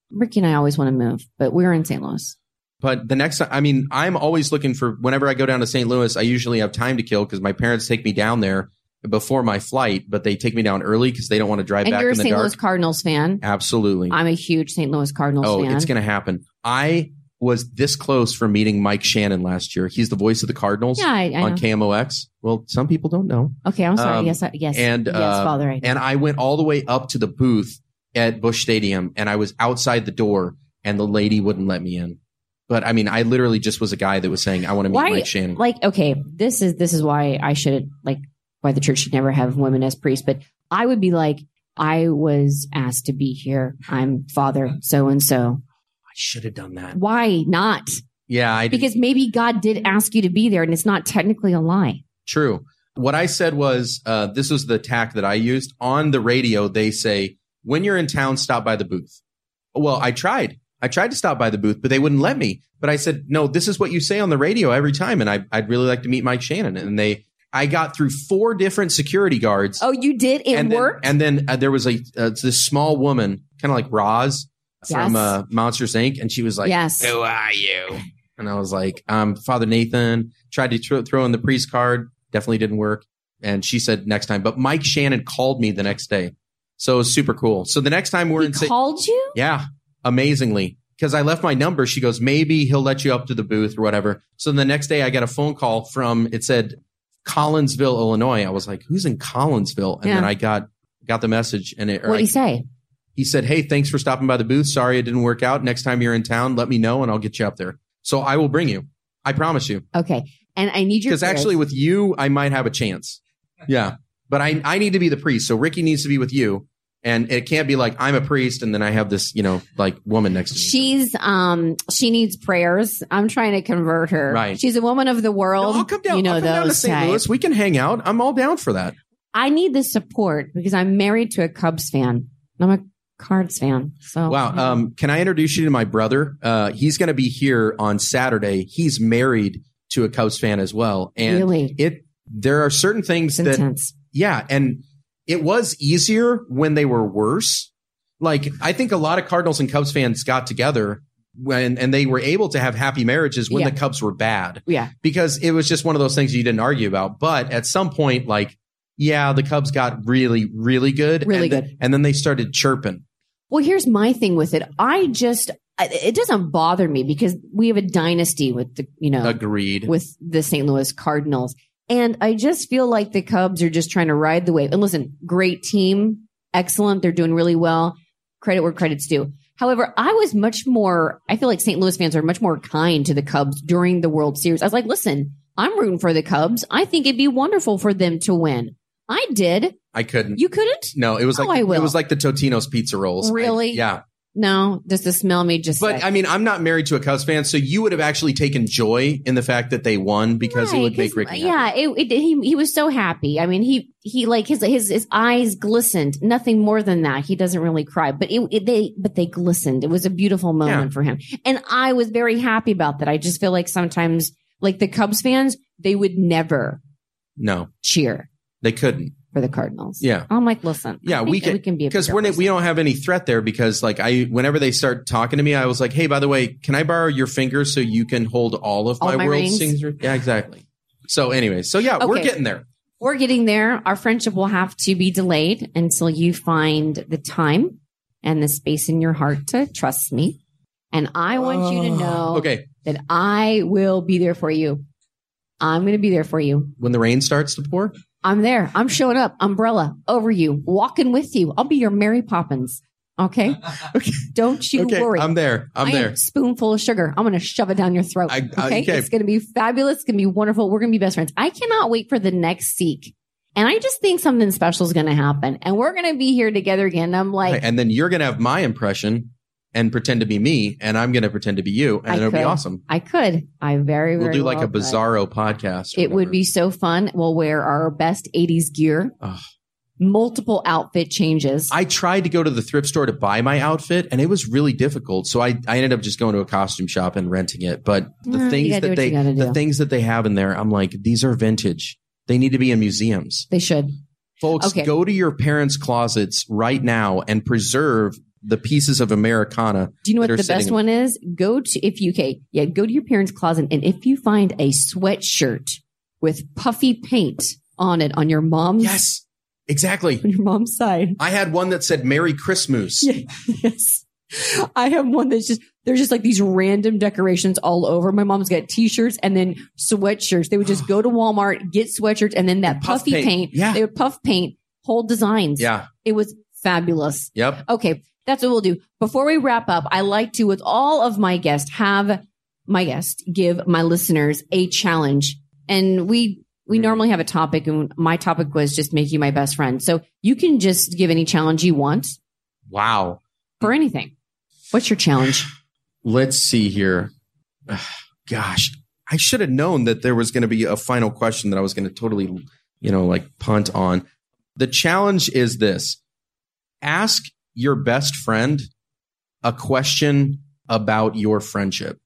[SPEAKER 1] Ricky and I always want to move, but we're in St. Louis.
[SPEAKER 3] But the next, I mean, I'm always looking for whenever I go down to St. Louis, I usually have time to kill because my parents take me down there before my flight, but they take me down early because they don't want to drive
[SPEAKER 1] and
[SPEAKER 3] back
[SPEAKER 1] you're a
[SPEAKER 3] in the
[SPEAKER 1] St.
[SPEAKER 3] dark.
[SPEAKER 1] Louis Cardinals fan.
[SPEAKER 3] Absolutely.
[SPEAKER 1] I'm a huge St. Louis Cardinals
[SPEAKER 3] oh,
[SPEAKER 1] fan.
[SPEAKER 3] it's going to happen. I was this close from meeting Mike Shannon last year. He's the voice of the Cardinals
[SPEAKER 1] yeah, I, I know.
[SPEAKER 3] on KMOX. Well, some people don't know.
[SPEAKER 1] Okay, I'm sorry.
[SPEAKER 3] Um,
[SPEAKER 1] yes, I, yes,
[SPEAKER 3] and,
[SPEAKER 1] yes,
[SPEAKER 3] uh,
[SPEAKER 1] Father. I,
[SPEAKER 3] and I went all the way up to the booth at Bush Stadium, and I was outside the door, and the lady wouldn't let me in. But I mean, I literally just was a guy that was saying, "I want to meet
[SPEAKER 1] Why-
[SPEAKER 3] Mike Shannon."
[SPEAKER 1] like, okay, this is this is why I should like why the church should never have women as priests. But I would be like, I was asked to be here. I'm Father so and so.
[SPEAKER 3] I should have done that.
[SPEAKER 1] Why not?
[SPEAKER 3] Yeah, I did.
[SPEAKER 1] Because maybe God did ask you to be there, and it's not technically a lie.
[SPEAKER 3] true. What I said was, uh, this was the tack that I used on the radio. They say, "When you're in town, stop by the booth." Well, I tried. I tried to stop by the booth, but they wouldn't let me. But I said, "No, this is what you say on the radio every time," and I, I'd really like to meet Mike Shannon. And they, I got through four different security guards.
[SPEAKER 1] Oh, you did. It
[SPEAKER 3] and
[SPEAKER 1] worked.
[SPEAKER 3] Then, and then uh, there was a uh, this small woman, kind of like Roz from
[SPEAKER 1] Yes.
[SPEAKER 3] uh, Monsters Inc., and she was like,
[SPEAKER 1] yes.
[SPEAKER 3] "Who are you?" And I was like, "I'm Father Nathan." Tried to thr- throw in the priest card, definitely didn't work. And she said next time. But Mike Shannon called me the next day, so it was super cool. So the next time we're
[SPEAKER 1] He
[SPEAKER 3] in, Sa-
[SPEAKER 1] called you.
[SPEAKER 3] yeah, amazingly. Because I left my number, she goes, maybe he'll let you up to the booth or whatever. So the next day, I got a phone call from it said Collinsville, Illinois. I was like, who's in Collinsville? And then
[SPEAKER 1] Yeah.
[SPEAKER 3] I got got the message, and it, or
[SPEAKER 1] What
[SPEAKER 3] I-
[SPEAKER 1] do you say?
[SPEAKER 3] he said, hey, thanks for stopping by the booth. Sorry it didn't work out. Next time you're in town, let me know, and I'll get you up there. So I will bring you. I promise you.
[SPEAKER 1] Okay, and I need your
[SPEAKER 3] Because actually, with you, I might have a chance. Yeah, but I I need to be the priest. So Ricky needs to be with you. And it can't be like I'm a priest, and then I have this, you know, like woman next to me.
[SPEAKER 1] She's um she needs prayers. I'm trying to convert her.
[SPEAKER 3] Right.
[SPEAKER 1] She's a woman of the world.
[SPEAKER 3] No, I'll come down.
[SPEAKER 1] You know
[SPEAKER 3] I'll come
[SPEAKER 1] those
[SPEAKER 3] down to St.
[SPEAKER 1] types.
[SPEAKER 3] Louis. We can hang out. I'm all down for that.
[SPEAKER 1] I need this support because I'm married to a Cubs fan. And I'm a Cards fan. So
[SPEAKER 3] Wow. Um, can I introduce you to my brother? Uh, he's going to be here on Saturday. He's married to a Cubs fan as well. And
[SPEAKER 1] really,
[SPEAKER 3] it, there are certain things
[SPEAKER 1] it's
[SPEAKER 3] that
[SPEAKER 1] intense.
[SPEAKER 3] Yeah, and it was easier when they were worse. Like I think a lot of Cardinals and Cubs fans got together when and they were able to have happy marriages when
[SPEAKER 1] Yeah.
[SPEAKER 3] the Cubs were bad
[SPEAKER 1] Yeah,
[SPEAKER 3] because it was just one of those things you didn't argue about. But at some point, like yeah, the Cubs got really, really good,
[SPEAKER 1] Really
[SPEAKER 3] and th- and then they started chirping.
[SPEAKER 1] Well, here's my thing with it. I just I- it doesn't bother me because we have a dynasty with the you know
[SPEAKER 3] Agreed.
[SPEAKER 1] with the St. Louis Cardinals, and I just feel like the Cubs are just trying to ride the wave. And listen, great team, excellent. They're doing really well. Credit where credit's due. However, I was much more. I feel like St. Louis fans are much more kind to the Cubs during the World Series. I was like, listen, I'm rooting for the Cubs. I think it'd be wonderful for them to win. I did.
[SPEAKER 3] I couldn't.
[SPEAKER 1] You couldn't?
[SPEAKER 3] no, it was
[SPEAKER 1] Oh,
[SPEAKER 3] like
[SPEAKER 1] I will.
[SPEAKER 3] it was like the Totino's pizza rolls. I-
[SPEAKER 1] Really?
[SPEAKER 3] yeah.
[SPEAKER 1] No. Does the smell me just?
[SPEAKER 3] But
[SPEAKER 1] like-
[SPEAKER 3] I mean, I'm not married to a Cubs fan, so you would have actually taken joy in the fact that they won because it
[SPEAKER 1] Right,
[SPEAKER 3] would make
[SPEAKER 1] 'cause,
[SPEAKER 3] Ricky. happy.
[SPEAKER 1] Yeah, it, it, he he was so happy. I mean, he he like his his his eyes glistened. Nothing more than that. He doesn't really cry, but it, it- they but they glistened. It was a beautiful moment for him, and I was very happy about that. I just feel like sometimes, like the Cubs fans, they would never
[SPEAKER 3] No,
[SPEAKER 1] cheer
[SPEAKER 3] they couldn't.
[SPEAKER 1] for the Cardinals.
[SPEAKER 3] Yeah.
[SPEAKER 1] I'm like, listen,
[SPEAKER 3] Yeah,
[SPEAKER 1] I think
[SPEAKER 3] we
[SPEAKER 1] that
[SPEAKER 3] can-
[SPEAKER 1] we can be a
[SPEAKER 3] Because
[SPEAKER 1] bigger
[SPEAKER 3] when it,
[SPEAKER 1] person.
[SPEAKER 3] we don't have any threat there, because like I, whenever they start talking to me, I was like, "Hey, by the way, can I borrow your finger so you can hold all of
[SPEAKER 1] All
[SPEAKER 3] my,
[SPEAKER 1] my
[SPEAKER 3] world
[SPEAKER 1] rings?
[SPEAKER 3] singers?" Yeah, exactly. So, anyway, so yeah, we're
[SPEAKER 1] Okay.
[SPEAKER 3] getting there.
[SPEAKER 1] we're getting there. Our friendship will have to be delayed until you find the time and the space in your heart to trust me. And I want you to know
[SPEAKER 3] Oh. Okay,
[SPEAKER 1] that I will be there for you. I'm going to be there for you.
[SPEAKER 3] when the rain starts to pour,
[SPEAKER 1] I'm there. I'm showing up, umbrella over you, walking with you. I'll be your Mary Poppins. Okay. Don't you
[SPEAKER 3] okay,
[SPEAKER 1] worry.
[SPEAKER 3] I'm there. I'm
[SPEAKER 1] I am
[SPEAKER 3] there.
[SPEAKER 1] a spoonful of sugar. I'm going to shove it down your throat.
[SPEAKER 3] I- I-
[SPEAKER 1] okay?
[SPEAKER 3] okay.
[SPEAKER 1] It's going to be fabulous. It's going to be wonderful. We're going to be best friends. I cannot wait for the next seek. And I just think something special is going to happen. And we're going to be here together again. I'm like,
[SPEAKER 3] and then you're gonna have my impression and pretend to be me, and I'm gonna pretend to be you, and
[SPEAKER 1] I
[SPEAKER 3] it'll be
[SPEAKER 1] could.
[SPEAKER 3] awesome.
[SPEAKER 1] I could. I very, very
[SPEAKER 3] We'll do like
[SPEAKER 1] well
[SPEAKER 3] a
[SPEAKER 1] could.
[SPEAKER 3] bizarro podcast. or
[SPEAKER 1] It would
[SPEAKER 3] whatever.
[SPEAKER 1] be so fun. We'll wear our best 80s gear,
[SPEAKER 3] Ugh.
[SPEAKER 1] multiple outfit changes.
[SPEAKER 3] I tried to go to the thrift store to buy my outfit and it was really difficult. So I, I ended up just going to a costume shop and renting it. But the
[SPEAKER 1] Yeah, you
[SPEAKER 3] things
[SPEAKER 1] gotta do
[SPEAKER 3] that
[SPEAKER 1] what
[SPEAKER 3] they
[SPEAKER 1] you gotta
[SPEAKER 3] the
[SPEAKER 1] do.
[SPEAKER 3] things that they have in there, I'm like, these are vintage. They need to be in museums.
[SPEAKER 1] they should.
[SPEAKER 3] Folks,
[SPEAKER 1] Okay.
[SPEAKER 3] go to your parents' closets right now and preserve the pieces of Americana.
[SPEAKER 1] Do you know
[SPEAKER 3] that
[SPEAKER 1] what
[SPEAKER 3] are
[SPEAKER 1] the best
[SPEAKER 3] sitting-
[SPEAKER 1] one is? Go to if you okay, yeah, go to your parents' closet and if you find a sweatshirt with puffy paint on it on your mom's
[SPEAKER 3] Yes. Exactly.
[SPEAKER 1] on your mom's side.
[SPEAKER 3] I had one that said Merry Christmas.
[SPEAKER 1] Yeah. Yes. I have one that's just there's just like these random decorations all over. My mom's got t-shirts and then sweatshirts. They would just go to Walmart, get sweatshirts, and then that
[SPEAKER 3] And puff
[SPEAKER 1] puffy
[SPEAKER 3] paint.
[SPEAKER 1] paint.
[SPEAKER 3] Yeah.
[SPEAKER 1] They would puff paint whole designs.
[SPEAKER 3] Yeah.
[SPEAKER 1] It was fabulous.
[SPEAKER 3] Yep.
[SPEAKER 1] Okay, that's what we'll do. Before we wrap up, I like to, with all of my guests, have my guest give my listeners a challenge. And we we
[SPEAKER 3] Mm.
[SPEAKER 1] normally have a topic, and my topic was just make you my best friend. So you can just give any challenge you want
[SPEAKER 3] Wow.
[SPEAKER 1] for anything. What's your challenge?
[SPEAKER 3] Let's see here. Gosh, I should have known that there was going to be a final question that I was going to totally, you know, like punt on. The challenge is this ask your best friend a question about your friendship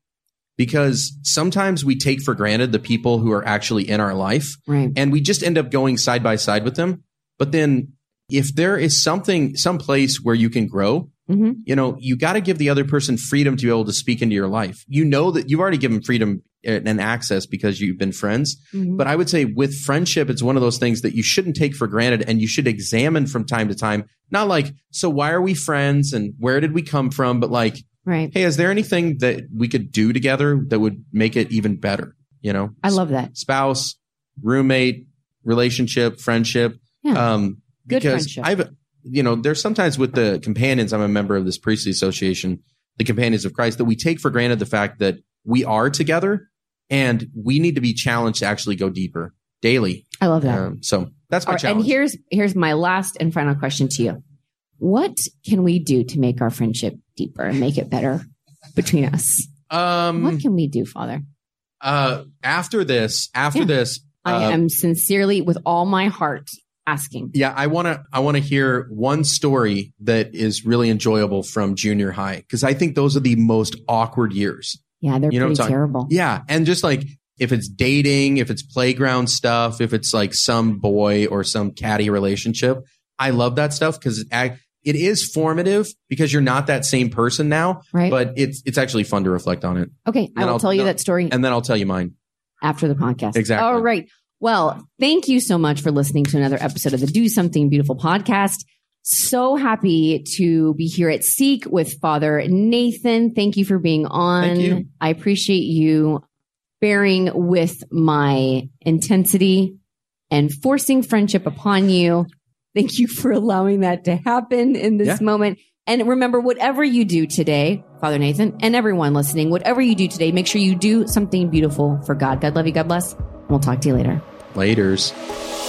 [SPEAKER 3] because sometimes we take for granted the people who are actually in our life
[SPEAKER 1] Right.
[SPEAKER 3] and we just end up going side by side with them. But then if there is something, some place where you can grow,
[SPEAKER 1] Mhm.
[SPEAKER 3] you know, you got to give the other person freedom to be able to speak into your life. You know that you've already given freedom and and access because you've been friends.
[SPEAKER 1] Mm-hmm.
[SPEAKER 3] But I would say with friendship, it's one of those things that you shouldn't take for granted and you should examine from time to time. Not like, so why are we friends and where did we come from? But like,
[SPEAKER 1] Right.
[SPEAKER 3] hey, is there anything that we could do together that would make it even better? You know,
[SPEAKER 1] I love that.
[SPEAKER 3] spouse, roommate, relationship, friendship.
[SPEAKER 1] Yeah.
[SPEAKER 3] Um,
[SPEAKER 1] Good
[SPEAKER 3] because
[SPEAKER 1] friendship.
[SPEAKER 3] I've, you know, there's sometimes with the companions, I'm a member of this priestly association, the companions of Christ, that we take for granted the fact that we are together and we need to be challenged to actually go deeper daily.
[SPEAKER 1] I love that.
[SPEAKER 3] Um, so that's my
[SPEAKER 1] All right,
[SPEAKER 3] challenge.
[SPEAKER 1] and here's here's my last and final question to you. What can we do to make our friendship deeper and make it better between us?
[SPEAKER 3] um,
[SPEAKER 1] what can we do, Father?
[SPEAKER 3] uh, after this, after
[SPEAKER 1] Yeah.
[SPEAKER 3] this,
[SPEAKER 1] I
[SPEAKER 3] uh,
[SPEAKER 1] am sincerely, with all my heart, asking.
[SPEAKER 3] Yeah, I want to I want to hear one story that is really enjoyable from junior high because I think those are the most awkward years.
[SPEAKER 1] Yeah, they're
[SPEAKER 3] You know what I'm
[SPEAKER 1] pretty
[SPEAKER 3] talking-
[SPEAKER 1] terrible.
[SPEAKER 3] Yeah, and just like if it's dating, if it's playground stuff, if it's like some boy or some catty relationship, I love that stuff because it is formative because you're not that same person now,
[SPEAKER 1] Right.
[SPEAKER 3] but it's it's actually fun to reflect on it.
[SPEAKER 1] okay. I
[SPEAKER 3] and
[SPEAKER 1] will
[SPEAKER 3] I'll-
[SPEAKER 1] tell you
[SPEAKER 3] no,
[SPEAKER 1] that story
[SPEAKER 3] And then I'll tell you mine.
[SPEAKER 1] after the podcast.
[SPEAKER 3] Exactly.
[SPEAKER 1] All right. Well, thank you so much for listening to another episode of the Do Something Beautiful podcast. So happy to be here at Seek with Father Nathan. Thank you for being on.
[SPEAKER 3] Thank you.
[SPEAKER 1] I appreciate you bearing with my intensity and forcing friendship upon you. Thank you for allowing that to happen in this
[SPEAKER 3] Yeah.
[SPEAKER 1] moment. And remember, whatever you do today, Father Nathan, and everyone listening, whatever you do today, make sure you do something beautiful for God. God love you. God bless. We'll talk to you later.
[SPEAKER 3] Laters.